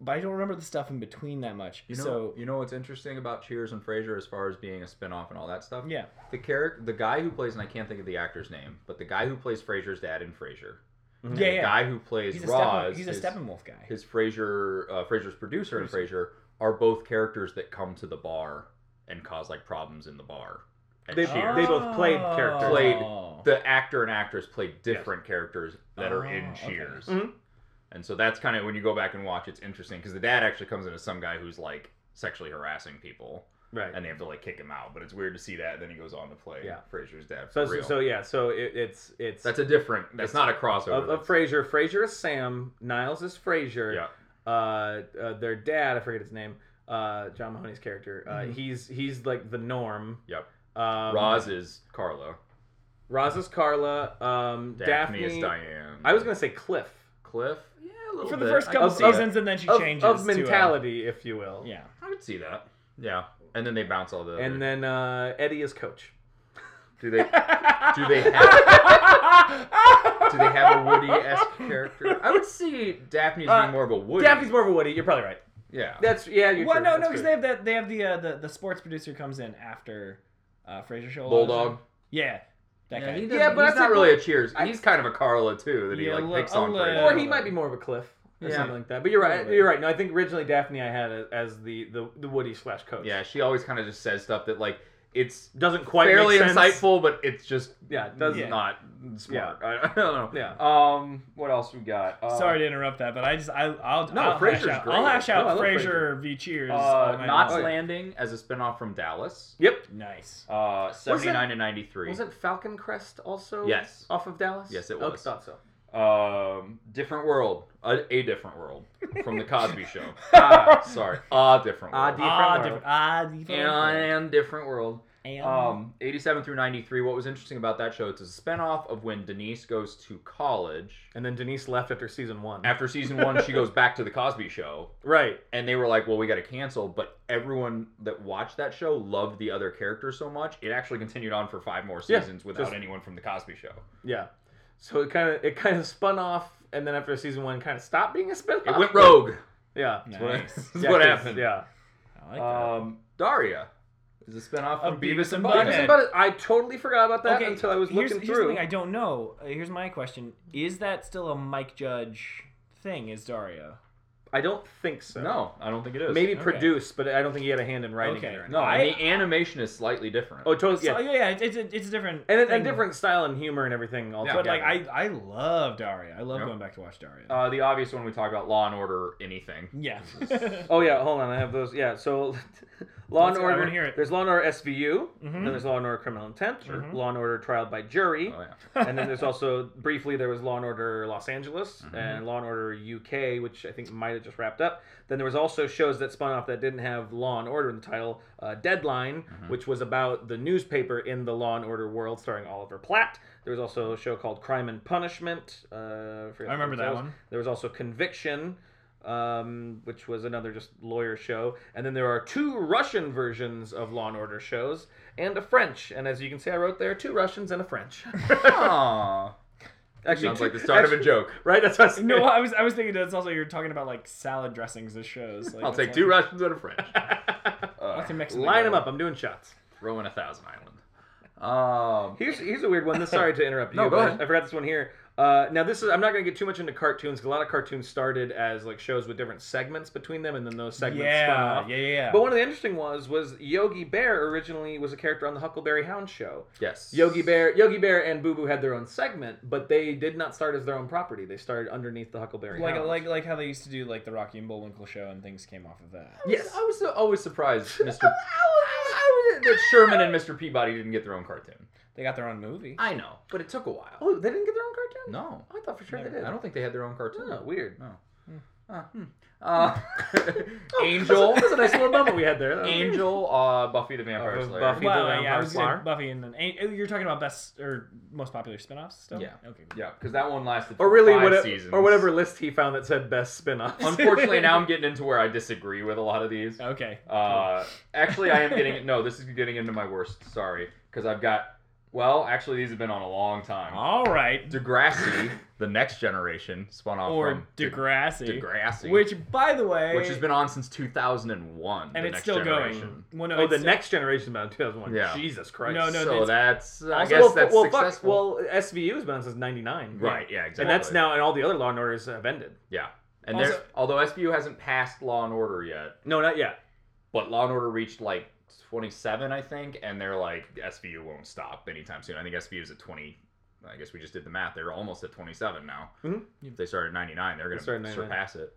But I don't remember the stuff in between that much.
You know,
so
you know what's interesting about Cheers and Frasier as far as being a spin-off and all that stuff?
yeah,
The character, the guy who plays, and I can't think of the actor's name, but the guy who plays Frasier's dad in Frasier,
Mhm.
yeah,
the
yeah.
guy who plays
He's a,
Roz,
Steppen, he's a
his,
Steppenwolf guy.
his Frasier, uh, Frasier's producer in Frasier, are both characters that come to the bar and cause like problems in the bar. at
They-
Cheers.
they both played characters.
Played
Oh.
the actor and actress play different characters that are
Oh,
in
okay.
Cheers.
Mhm.
And so that's kind of when you go back and watch, it's interesting because the dad actually comes in as some guy who's like sexually harassing people,
right.
and they have to like kick him out. But it's weird to see that. Then he goes on to play
Yeah.
Frasier's dad
So,
for
so,
real.
so yeah, so it, it's it's
that's a different. That's not a crossover.
of, of Frasier. Frasier is Sam. Niles is Frasier.
yeah,
Uh, uh, their dad, I forget his name. Uh, John Mahoney's character. Uh,
Mhm.
He's he's like the norm.
Yep.
Um,
Roz is Carlo.
Roz is Carla. Um,
Daphne,
Daphne,
is Diane.
I was gonna say Cliff
Cliff. Yeah, a little
for the
bit.
first
I
couple
of-
could see that.
seasons, and then she
of,
changes
of
to, uh,
mentality, if you will.
yeah.
I could see that. Yeah, and then they bounce all the.
And then uh, Eddie is coach.
do they do they have do they have a Woody esque character? I would see Daphne's
Uh,
being more of a Woody.
Daphne's more of a Woody. You're probably right.
yeah.
That's yeah. You're
well,
true.
no,
That's
no, because
true.
they have that. They have the uh, the the sports producer comes in after uh, Fraser Show.
Bulldog.
Yeah, that guy.
he
does-
yeah, but
he's
that's
not
not
really
really a Cheers. he's kind of a Carla too that
he,
he
Yeah, like,
like
li- picks
picks
on
on
a for little.
or
Frasier.
he might be more of a Cliff or
Yeah.
something like that. But you're right.
Little bit.
You're right. No, I think originally Daphne I had it as the the, the Woody slash coach.
Yeah, she always kind of just says stuff that like it's
doesn't quite
fairly
make sense.
insightful, but it's just
Yeah, it
does
doesn't-
Yeah.
not smart. I, I don't know.
Yeah.
Um, what else we got? Uh,
Sorry to interrupt that, but I just I I'll
No,
I'll hash
Frasier's
out,
great.
I'll hash
No, I
out
love
Fraser v Cheers. all
Uh,
night
Knots
long.
Landing as a spinoff from Dallas.
Yep.
Nice.
Uh, seventy nine and ninety three.
Wasn't Falcon Crest also
Yes.
off of Dallas?
Yes, it
Oh,
was.
thought so.
Um, different world, a, a different world from the Cosby Show.
Ah,
Sorry, a different
Ah,
world.
different
ah,
world.
different. Ah, different.
and, and different world.
And-
Um, 87 through 93. What was interesting about that show? It's a spinoff of when Denise goes to college.
And then Denise left after season one.
After season one, she goes back to the Cosby Show,
right.
and they were like, "Well, we got to cancel." But everyone that watched that show loved the other character so much, it actually continued on for five more
Yeah,
seasons without
just- Ah.
anyone from the Cosby Show.
Yeah. So it kind of it kind of spun off, and then after season one, kind of stopped being a spin.
It went rogue.
Yeah.
nice.
That's what, that's
Yeah,
what
'cause-
happened.
Yeah.
I like that.
Um, Daria is a spinoff
Of
from Beavis and
Butt-Head.
I
Butthead.
just about it- I totally forgot about that until I was
here's-
looking
here's the
through.
thing I don't know. Uh, Here's my question: Is that still a Mike Judge thing? Is Daria?
I don't think so.
No, I don't think it is.
Maybe
Okay.
produced, but I don't think he had a hand in writing
Okay.
it. Or anything.
No,
I-
and the animation is slightly different.
Oh, totally. Yeah.
So, yeah, yeah, it's, it's, a, it's a different
And a, a
thing.
different style and humor and everything
Yeah.
altogether.
But like I, I love Daria. I love
Yep.
going back to watch Daria.
Uh, the obvious one we talk about Law and Order, anything.
Oh, yeah.
Oh yeah, hold on. I have those. Yeah, so Law and
Let's- I
Order.
wanna hear it. Mm-hmm.
There's Law and Order SVU.
Mhm.
Then there's Law and Order Criminal Intent.
Sure.
Law and Order Trial by Jury.
Oh yeah.
and then there's also briefly there was Law and Order Los Angeles
Mm-hmm.
and Law and Order UK, which I think might have just wrapped up. Then there was also shows that spun off that didn't have Law and Order in the title. Uh, Deadline,
Mm-hmm.
which was about the newspaper in the Law and Order world, starring Oliver Platt. There was also a show called Crime and Punishment. Uh, forget
I remember
what
that
else.
one.
There was also Conviction. Um, which was another just lawyer show, and then there are two Russian versions of Law and Order shows, and a French. And as you can see, I wrote there two Russians and a French.
Aw.
Actually,
Sounds
two-
like the start of a
actually-
joke.
Right, that's what I was
no, I was I was thinking that's also you're talking about like salad dressings as shows. Like,
I'll
it's
take
like-
two Russians and a French. Uh,
Let's mix
Line them up. I'm doing shots.
Rowan a Thousand Island. Um,
Here's here's a weird one. This, sorry to interrupt you.
No, go
but
ahead.
I forgot this one here. Uh, now this is I'm not going to get too much into cartoons 'cause a lot of cartoons started as like shows with different segments between them, and then those segments spun
Yeah,
off.
yeah, yeah, yeah.
But one of the interesting ones was Yogi Bear originally was a character on the Huckleberry Hound show.
yes.
Yogi Bear, Yogi Bear, and Boo Boo had their own segment, but they did not start as their own property. They started underneath the Huckleberry
like
Hound.
like like how they used to do like the Rocky and Bullwinkle show and things came off of that.
yes.
I was always surprised, Mr. that Sherman and Mr. Peabody didn't get their own cartoon.
They got their own movie.
I know, but it took a while.
Oh, they didn't get their own cartoon. Oh,
No,
I thought for sure they did.
I don't think they had their own cartoon.
Oh, weird.
Uh, hmm. Uh,
Oh,
Angel,
That's a nice little moment we had there. That was-
Angel, uh, Buffy the Vampire
Oh,
Slayer.
Buffy. People around
yeah, I was
Buffy.
gonna- Buffy and then eh, you're talking about best or most popular spin-offs still?
Yeah.
Okay.
Yeah, because that one lasted
Or really,
five
whatever,
seasons.
or whatever list he found that said best spin-offs.
Unfortunately, now I'm getting into where I disagree with a lot of these.
Okay.
Uh, actually, I am getting no. This is getting into my worst. Sorry, because I've got. Well, actually, these have been on a long time.
All right.
Degrassi, the Next Generation, spun off
Or
uh, from De-
Degrassi,
Degrassi,
which by the way,
which has been on since 2001.
and
The
it's
Next
still
Generation.
going. Well, no,
oh,
it's
the
still-
next generation about 2001.
Yeah.
Jesus Christ.
No, no,
so
it's-
that's I
Also,
guess
well,
that's
well, fuck,
successful.
well, SVU has been on since '99.
right? Yeah, exactly.
And that's now, and all the other Law and Orders have ended.
Yeah, and
Also-
there, although SVU hasn't passed Law and Order yet,
No, not yet.
but Law and Order reached like 27, I think, and they're like SVU won't stop anytime soon. I think SVU is at 20. I guess we just did the math. They're almost at 27 now.
Mhm.
Mm-hmm.
If they started at 99, they're going
started
to
at 99.
surpass it.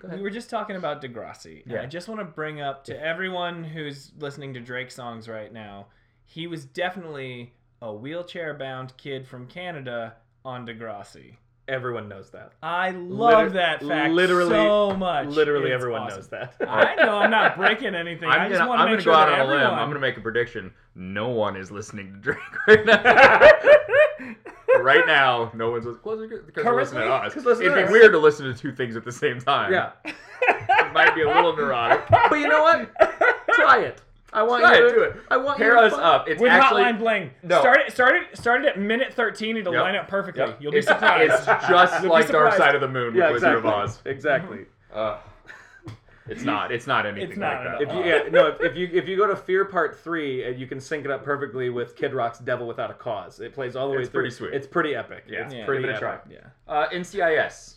Go
We were just talking about Degrassi. And
Yeah.
I just want to bring up to everyone who's listening to Drake songs right now, he was definitely a wheelchair bound kid from Canada on Degrassi.
Everyone knows that.
I love
Liter-
that fact
literally-
so much.
Literally,
It's
everyone
awesome.
knows that.
I know I'm not breaking anything. i
I'm
just
gonna,
want to
I'm
make
gonna
sure
go out
that
on a limb.
everyone.
I'm gonna make a prediction. No one is listening to Drake right now. right now, no one's listening. Well, because they're listening to
Currently?
us.
'Cause listen to
It'd
us.
be weird to listen to two things at the same time.
yeah,
it might be a little neurotic.
but you know what? Try it. I want
Try
you
it,
to
do it.
I want
Pair
you to
us
fu-
up. It's
With
actually
Hotline Bling,
no.
start it, start it, start it at minute 13. It'll
Yep.
line up perfectly.
Yep.
You'll be
it's,
surprised.
it's just
You'll be
like Dark
surprised.
Side of the Moon with
Yeah,
Wizard
exactly.
of Oz.
Exactly.
Ugh. it's not. It's not anything
It's not
like that.
at
If you yeah, no, if, if you if you go to Fear Part Three, uh, you can sync it up perfectly with Kid Rock's "Devil Without a Cause." It plays all the way
It's
through.
pretty sweet.
It's pretty epic.
Yeah.
it's
Yeah.
pretty
Give it a
epic.
try.
yeah.
uh, NCIS.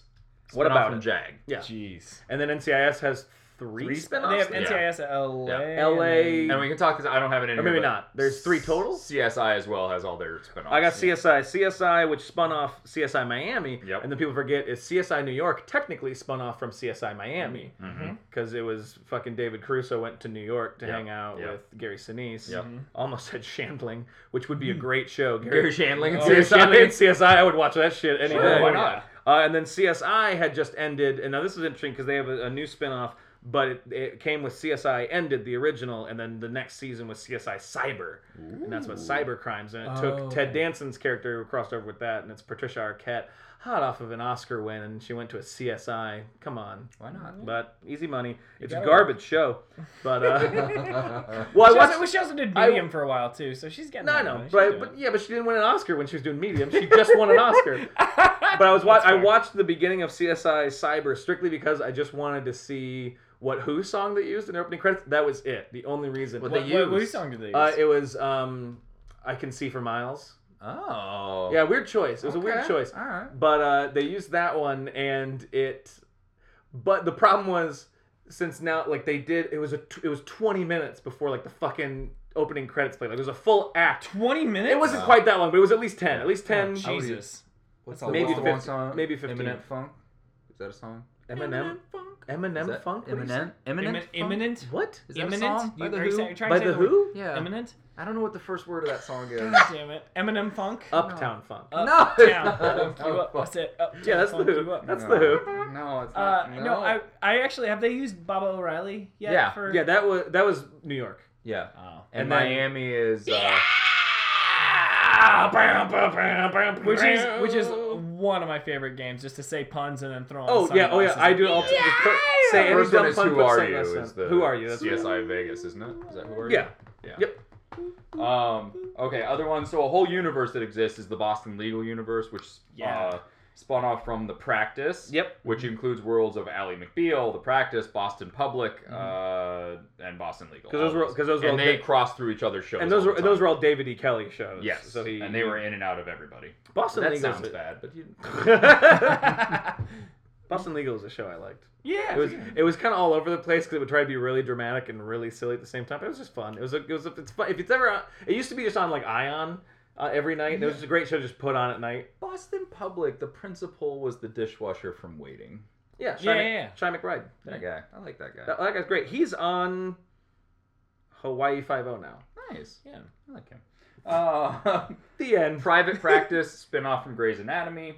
What
Spin-off
about
from
it?
Jag?
Yeah,
Jeez.
and then NCIS has three,
Three
spin
They
offs.
have
Yeah.
NCIS at LA.
Yeah.
and
LA.
then-
And we can talk because I don't have it in
Or
here,
maybe
but
not. There's three total?
CSI as well has all their spinoffs.
I got CSI, CSI, which spun off CSI Miami,
Yep.
and then people forget is CSI New York technically spun off from CSI Miami
Mhm.
because it was fucking David Crusoe went to New York to
Yep.
hang out
Yep.
with Gary Sinise.
Yep. Mm-hmm.
Almost said Shambling, which would be a great show.
Gary Shandling and
Oh,
Gary
CSI.
Shandling and CSI, I would watch that shit any
Sure,
day.
why not?
Uh, and then CSI had just ended, and now this is interesting because they have a, a new spinoff, but it, it came with CSI ended the original, and then the next season was CSI Cyber, and that's about cyber crimes, and it took
Oh,
Ted
okay.
Danson's character who crossed over with that, and it's Patricia Arquette, hot off of an Oscar win, and she went to a CSI. Come on,
Why not?
but easy money. It's a
gotta-
garbage show, but uh, well, I
She
watched.
also, she also did
I-
Medium for a while too, so she's getting.
No, I
that
know,
money. She's
but,
doing
but
it.
yeah, but she didn't win an Oscar when she was doing Medium. She just won an Oscar. but I was wa- I watched the beginning of CSI Cyber strictly because I just wanted to see what Who song they used in their opening credits. That was it. The only reason.
What
What,
they
what, what
used.
song did they use?
uh, it was um, I can see for miles.
Oh.
Yeah, weird choice. It was a weird choice.
All right.
But uh, they used that one, and it But the problem was since now like they did it was a t- it was 20 minutes before like the fucking opening credits played. Like it was a full act.
Twenty minutes.
It wasn't
Wow.
quite that long, but it was at least 10. At least
Oh,
10.
Jesus.
What's
That's a
the-
maybe
what's the one
50
song?
maybe 15.
Imminent Funk. Is that a song?
Eminem.
Is
Eminem
that
funk. What do you say?
Imminent. Imminent.
Imminent.
Funk?
Imminent.
What?
Is that
Imminent.
a song by
You-
the
are you
Who?
saying- you're trying
By
to say
the Who?
Yeah.
Imminent.
I don't know what the first word of that song is.
God damn it. Eminem funk.
Uh, Uptown funk.
Up,
No, it's
Down.
not
funk you
Uptown
up.
Funk.
That's it. Up,
yeah, that's the
funk you
Who.
up.
That's
no.
the Who.
No, it's
Uh,
not.
no. I I actually have they used Bob O'Reilly yet
Yeah.
for
Yeah, that was that was New York.
yeah.
Oh.
And,
And then-
Miami is. Uh,
Which is which is one of my favorite games, just to say puns and then throw. On
Oh yeah, oh yeah,
sunglasses.
I do it all. Just put- Say any
First one
dumb
is
punk,
Who
put
Are You?
sunglasses on.
Is the
Who are you? That's
CSI Vegas, isn't it? Is that Who Are You?
Yeah.
Yeah.
Yep.
Um, okay, other one. So a whole universe that exists is the Boston legal universe, which
Yeah.
uh, spun off from the practice.
Yep.
Which includes worlds of Ally McBeal, the practice, Boston Public, uh, and Boston legal.
Mm-hmm. 'Cause those were- 'cause those were all
and they
di-
cross through each other's shows.
and those
all
were
the
those
time.
were all David E. Kelly shows.
yes.
So he
and they were in and out of everybody.
Boston
that
Legal.
sounds bad, but you.
Boston Legal is a show I liked.
yeah.
It was it was kind of all over the place because it would try to be really dramatic and really silly at the same time. But it was just fun. It was a, it was a, it's fun if it's ever on, it used to be just on like Ion uh, every night. It was just a great show to just put on at night.
Boston Public, the principal was the dishwasher from Waiting.
Yeah, Shy,
Yeah,
Mc-
yeah, yeah.
Shy McBride.
That guy. I like that guy.
That, that guy's great. He's on Hawaii Five O now.
nice.
yeah.
I like him. Uh,
The end.
private practice, spin off from Grey's Anatomy,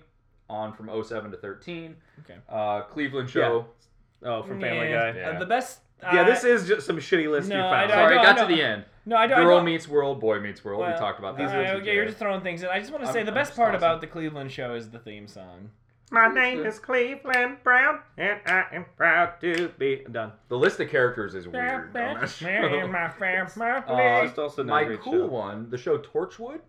on from 07 to 13.
Okay.
Uh, Cleveland show.
Oh, from Family
Yeah.
Guy.
Yeah.
Uh, the best.
Yeah,
uh,
this is just some shitty list
No,
you
I
found.
don't-
Sorry,
I
I got
know.
to the end.
no. I don't. I
Girl
don't-
meets world, boy meets world.
Well,
we talked about
These
these.
Alright,
okay, you're just throwing things in. I just want to say
I'm-
the
I'm
best
just
part
tossing.
about the Cleveland show is the theme song.
My name is Cleveland Brown, and I am proud to be I'm done.
The list of characters is weird. on that
Mary,
show.
my fam-
Uh,
my
It's also not a
my
great
cool
show.
one, the show Torchwood,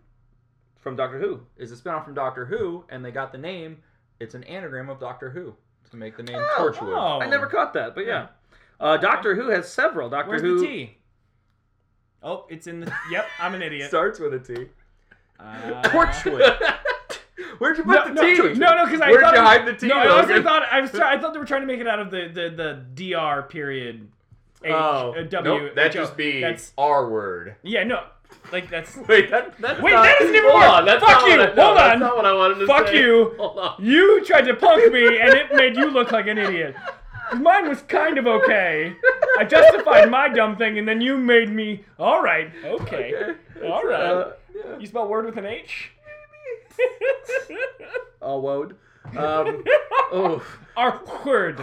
From Doctor Who.
is a spinoff from Doctor Who, and they got the name. It's an anagram of Doctor Who to make the name
Oh,
Torchwood.
I never caught that, but yeah. Uh, Doctor Who has several. Doctor
Where's
Who.
the T? Oh, it's in the. Yep, I'm an idiot.
Starts with a T.
Uh,
Torchwood.
Where'd you put
No,
the
no,
T?
no, no, because I
Where'd
thought
you
it was-
hide the T?
No, I honestly
Logan?
thought I was. Try, I thought they were trying to make it out of the the, the dr period. H,
Oh.
uh, W.
Nope, that'd
H O.
just be
That's
R word.
yeah, no, like that's.
Wait, that, that's
Wait, that doesn't even work. Fuck you. Hold on.
what I wanted to
Fuck you.
Hold on.
You tried to punk me, and it made you look like an idiot. Mine was kind of okay. I justified my dumb thing, and then you made me. All right, okay, all right.
uh,
you spell word with an H.
Oh, woad. Um, oh.
Our word,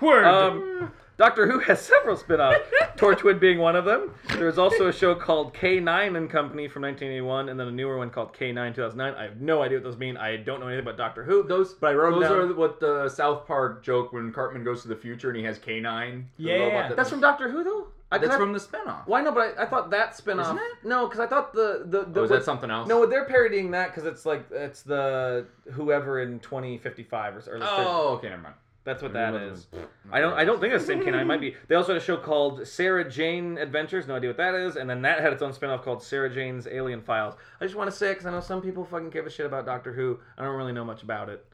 word.
Um, Doctor Who has several spin-offs, Torchwood being one of them. There is also a show called K9 and Company from 1981, and then a newer one called K9 2009. I have no idea what those mean. I don't know anything about Doctor Who.
Those,
But I wrote
those
down-
are what the South Park joke when Cartman goes to the future and he has K9. the
Yeah.
robot that-
That's from Doctor Who, though. I, 'cause
that's
I-
from the spinoff.
Why no? But I, I thought that spin-off.
Isn't it?
No, because I thought the the, the
Oh, is that
what-
something else?
No, they're parodying that because it's like it's the whoever in 2055 or, or the third-
Oh, okay, never mind.
that's what that
Maybe
is.
it was-
I don't. I don't think it's the same K9. It might be. They also had a show called Sarah Jane Adventures. No idea what that is. And then that had its own spin-off called Sarah Jane's Alien Files. I just want to say it because I know some people fucking give a shit about Doctor Who. I don't really know much about it.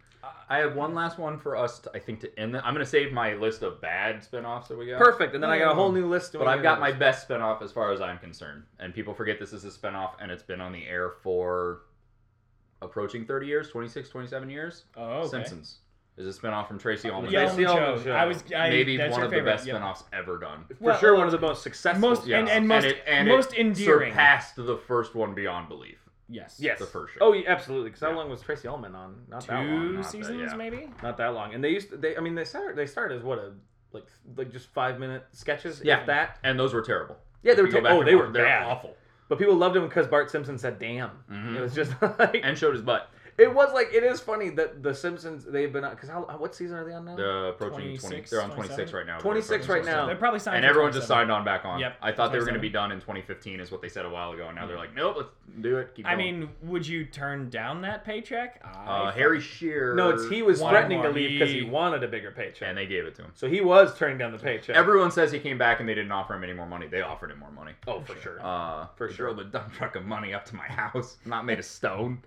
I have one last one for us, to, I think, to end. The, I'm going to save my list of bad spinoffs that we got.
Perfect. And then I got a whole new list.
But I've got my best spinoff as far as I'm concerned. And people forget this is a spinoff and it's been on the air for approaching 30 years, 26, 27 years.
oh, okay.
Simpsons is a spinoff from Tracy Ullman.
Yeah,
Tracy
Ullman
Ullman
Show.
show.
I was I,
Maybe
that's
one
your
of
favorite.
the best
Yep.
spinoffs ever done.
for
well,
sure one of the most successful.
Most-
Yeah.
and- and most-
it,
most
it
endearing.
surpassed the first one beyond belief.
Yes.
yes,
the first show.
Oh, yeah, absolutely. Because
Yeah.
how long was Tracy Ullman on? Not that long.
Two
not that-
seasons,
yeah.
maybe.
Not that long. And they used. To, they. I mean, they started. They started as what a like like just five minute sketches. if
Yeah.
that.
And those were terrible.
Yeah, they
If
were.
you go
Ter-
back
oh,
and
they
watch-
were
they're
bad.
awful.
But people loved him because Bart Simpson said "damn."
Mhm.
It was just like
And showed his butt.
it was like it is funny that the Simpsons they've been on because how what season are they on now?
They're approaching 20.
26,
They're on 26
27?
right now.
26 right now.
They're probably signed.
And
for
everyone just
27.
signed on back on.
Yep,
I thought they were going
27.
to be done in 2015, is what they said a while ago. And now they're like, nope, let's do it. Keep
I
going.
mean, would you turn down that paycheck? I
uh, Harry Shearer.
no, it's he was
One
threatening
more.
to leave because he
He-
wanted a bigger paycheck,
And they gave it to him.
so he was turning down the paycheck.
Everyone says he came back and they didn't offer him any more money. They offered him more money.
oh, for sure.
Uh,
For
they
sure.
drove a dump truck of money up to my house, not made of stone.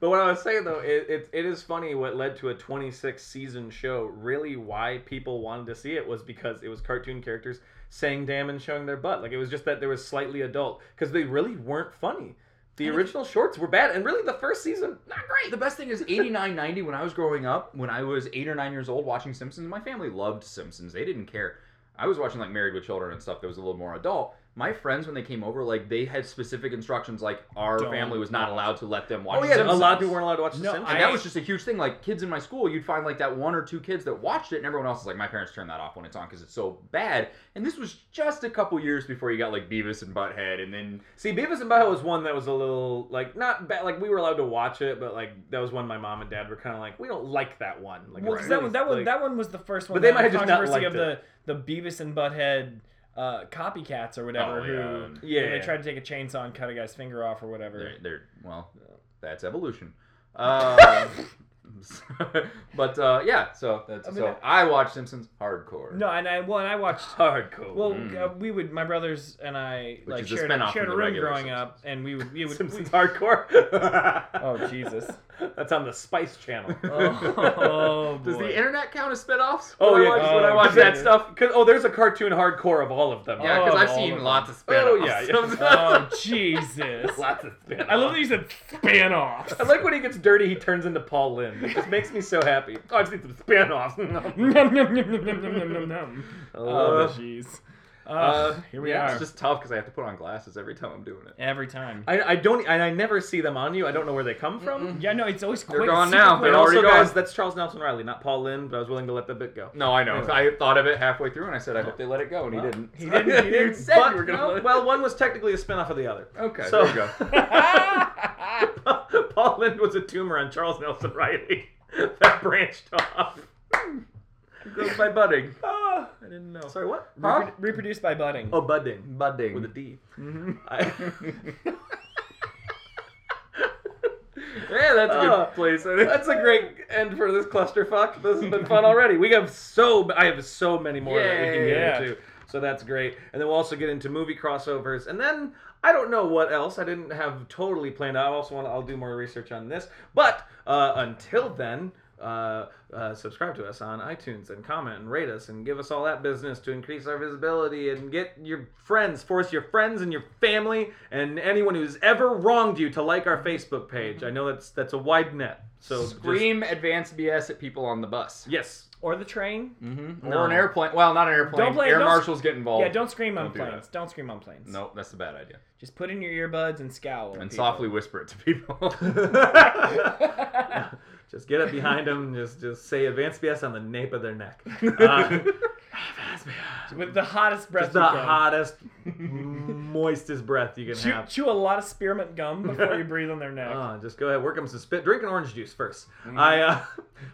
But what I was saying though, it, it, it is funny what led to a 26 season show. Really, why people wanted to see it was because it was cartoon characters saying damn and showing their butt. Like it was just that there was slightly adult because they really weren't funny. The original shorts were bad, and really the first season not great.
The best thing is 89, 90, when I was growing up, when I was eight or nine years old watching Simpsons, my family loved Simpsons. They didn't care. I was watching like Married with Children and stuff that was a little more adult. My friends, when they came over, like they had specific instructions, like our
Don't
family was not allowed to let them watch.
Oh yeah, a
Simpsons.
lot of people weren't allowed to watch The
No,
Simpsons.
And that was just a huge thing. Like kids in my school, you'd find like that one or two kids that watched it, and everyone else is like, "My parents turn that off when it's on because it's so bad." And this was just a couple years before you got like Beavis and Butthead, and then
See, Beavis and Butthead was one that was a little like not bad. Like we were allowed to watch it, but like that was one my mom and dad were kind of like, we don't like that one. Like
Well, 'cause
it's
that
really,
one, that one,
like-
that one was the first one.
But they
that
might
had
have just not
controversy
liked
of the the Beavis and Butthead uh, copycats or whatever
Oh,
who
yeah.
when
Yeah.
they tried to take a chainsaw and cut a guy's finger off or whatever.
they're, they're well, that's evolution. Um, but uh, yeah, so that's,
I mean,
so
that-
I watch Simpsons hardcore.
No, and I well, and I watched.
hardcore.
Well,
Mm.
uh, we would my brothers and I
Which
like
is a
shared,
spinoff
shared
from
a
the
room
regular
growing
Simpsons.
up, and we would we would.
Simpsons hardcore.
oh Jesus!
That's on the Spice Channel.
Oh,
Does
boy.
the internet count as spinoffs?
Oh,
when
yeah,
I watch, when
oh,
I watch
yeah.
that stuff.
Cause, oh, there's a cartoon hardcore of all of them.
Yeah, because
Oh,
I've
all of
seen
them.
lots of spinoffs.
Oh, yeah, yeah.
oh Jesus!
lots of spin.
I love that you said spin-offs.
I like when he gets dirty, he turns into Paul Lynn. It just makes me so happy. Oh, I just need some spin-offs.
Nom, nom, nom, nom, nom, nom, nom, nom. Oh
Uh,
jeez. Uh,
uh,
here we
yeah,
are.
It's just tough because I have to put on glasses every time I'm doing it.
Every time.
I, I don't, and I never see them on you. I don't know where they come from.
Yeah, no, it's always quick.
They're gone
super
now.
quick.
And
They're already
also,
gone.
guys, that's Charles Nelson Riley, not Paul Lynn. But I was willing to let the bit go.
No, I know. I thought of it halfway through and I said, I hope they let it go, and he
Well,
didn't.
he didn't- he didn't.
said
But,
you were going to
well,
let it
well, one was technically a spin-off of the other.
Okay,
So-
there you go.
Paul Lynn was a tumor on Charles Nelson Riley that branched off.
Goes by budding.
Ah.
I didn't know.
Sorry, what?
Huh?
Reprodu- reproduced by budding.
Oh, budding.
Budding.
With a D.
yeah, that's a good
Uh,
place. I think.
That's a great end for this clusterfuck. This has been fun already. We have so I have so many more that we can get
Yeah.
into. So that's great. And then we'll also get into movie crossovers. And then I don't know what else. I didn't have totally planned out. I also want to, I'll do more research on this. But uh, until then, uh, uh, subscribe to us on iTunes and comment and rate us and give us all that business to increase our visibility and get your friends, force your friends and your family and anyone who's ever wronged you to like our Facebook page. I know that's that's a wide net. So just-
Scream advanced BS at people on the bus.
yes.
Or the train.
Mm-hmm.
No.
Or an airplane. Well, not an airplane.
Don't play-
Air
don't-
marshals get involved.
Yeah, don't scream on
Don't do
planes. Don't scream on planes.
Nope, that's a bad idea.
Just put in your earbuds and scowl. at
And
people.
softly whisper it to people.
just get up behind them and just, just say advanced BS on the nape of their neck. Uh,
With the hottest
just
breath
the
you can.
hottest, moistest breath you can
chew,
have.
chew a lot of spearmint gum before you breathe on their neck.
Uh, just go ahead, work them some spit. Drink an orange juice first. I. Uh,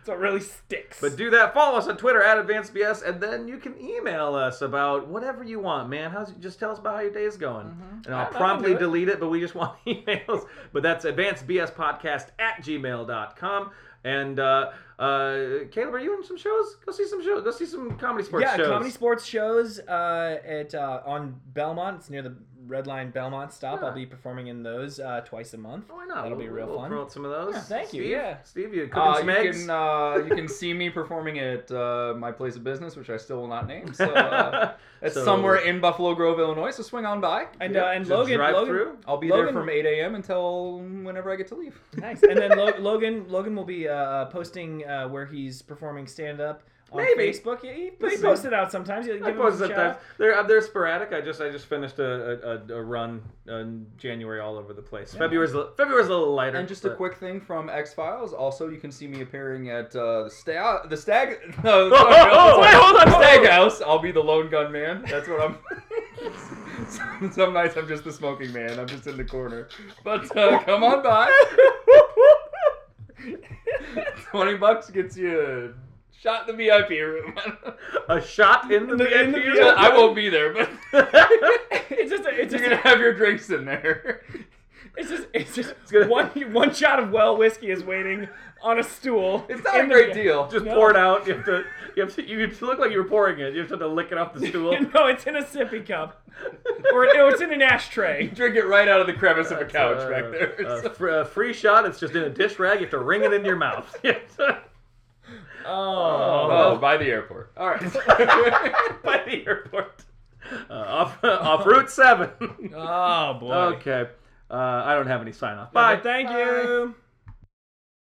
so it really sticks.
but do that. Follow us on Twitter at AdvancedBS, and then you can email us about whatever you want, man. How's just tell us about how your day's going, and
Mm-hmm. I- I
I'll
can
promptly
do it.
delete it. But we just want emails. but that's AdvancedBSPodcast at gmail.com. And uh, uh, Caleb, are you in some shows? Go see some shows. Go see some comedy sports
yeah,
shows.
comedy sports shows uh, at uh, on Belmont. It's near the Red Line Belmont stop.
Yeah.
I'll be performing in those uh, twice a month.
Why not?
That'll
We'll-
be real
we'll
fun.
Promote some of those.
Yeah, thank you,
Steve?
yeah.
Steve, you cooking
Uh,
some
you
eggs?
can uh, you can see me performing at uh, my place of business, which I still will not name. So uh, it's
So-
somewhere in Buffalo Grove, Illinois. So swing on by.
And
Yep,
uh, and
just
Logan,
drive
Logan,
through.
I'll be
Logan-
there from 8 a.m. until whenever I get to leave.
Nice. And then Lo- Logan, Logan will be uh, posting uh, where he's performing stand up on
Maybe.
Facebook. Yeah, he, he
Listen.
posts it out sometimes. You
I
give him
post
a
sometimes.
shout.
They're uh, they're sporadic. I just I just finished a a, a, a run in January all over the place. February's a- February's a little lighter.
And just a
but-
quick thing from X Files. Also, you can see me appearing at uh, the stag. The stag. No, sorry, no,
wait, hold on,
Stag
hold on.
House. I'll be the lone gun man. That's what I'm. Some- Some nights I'm just the smoking man. I'm just in the corner. But uh, come on by. Twenty bucks gets you a shot in the VIP room.
a shot in the,
In the- in the
VIP.
VIP.
I won't be there, but
It's just a, it's
you're
just
gonna
a,
have your drinks in there.
It's just it's just
gonna-
one one shot of well whiskey is waiting on a stool.
It's not a
in the-
great deal.
Just
No.
pour it out. You have to. You have to. You look like you were pouring it. You have to lick it off the stool.
no, it's in a sippy cup, or no, it's in an ashtray.
Drink it right out of the crevice of a
That's,
couch
uh,
back there.
A fr- a free shot. It's just in a dish rag. You have to wring it into your mouth.
Oh,
oh, by the airport.
All right.
by the airport. Uh, off off Route Seven.
oh boy.
okay. Uh, I don't have any sign off.
Bye.
Bye.
thank you.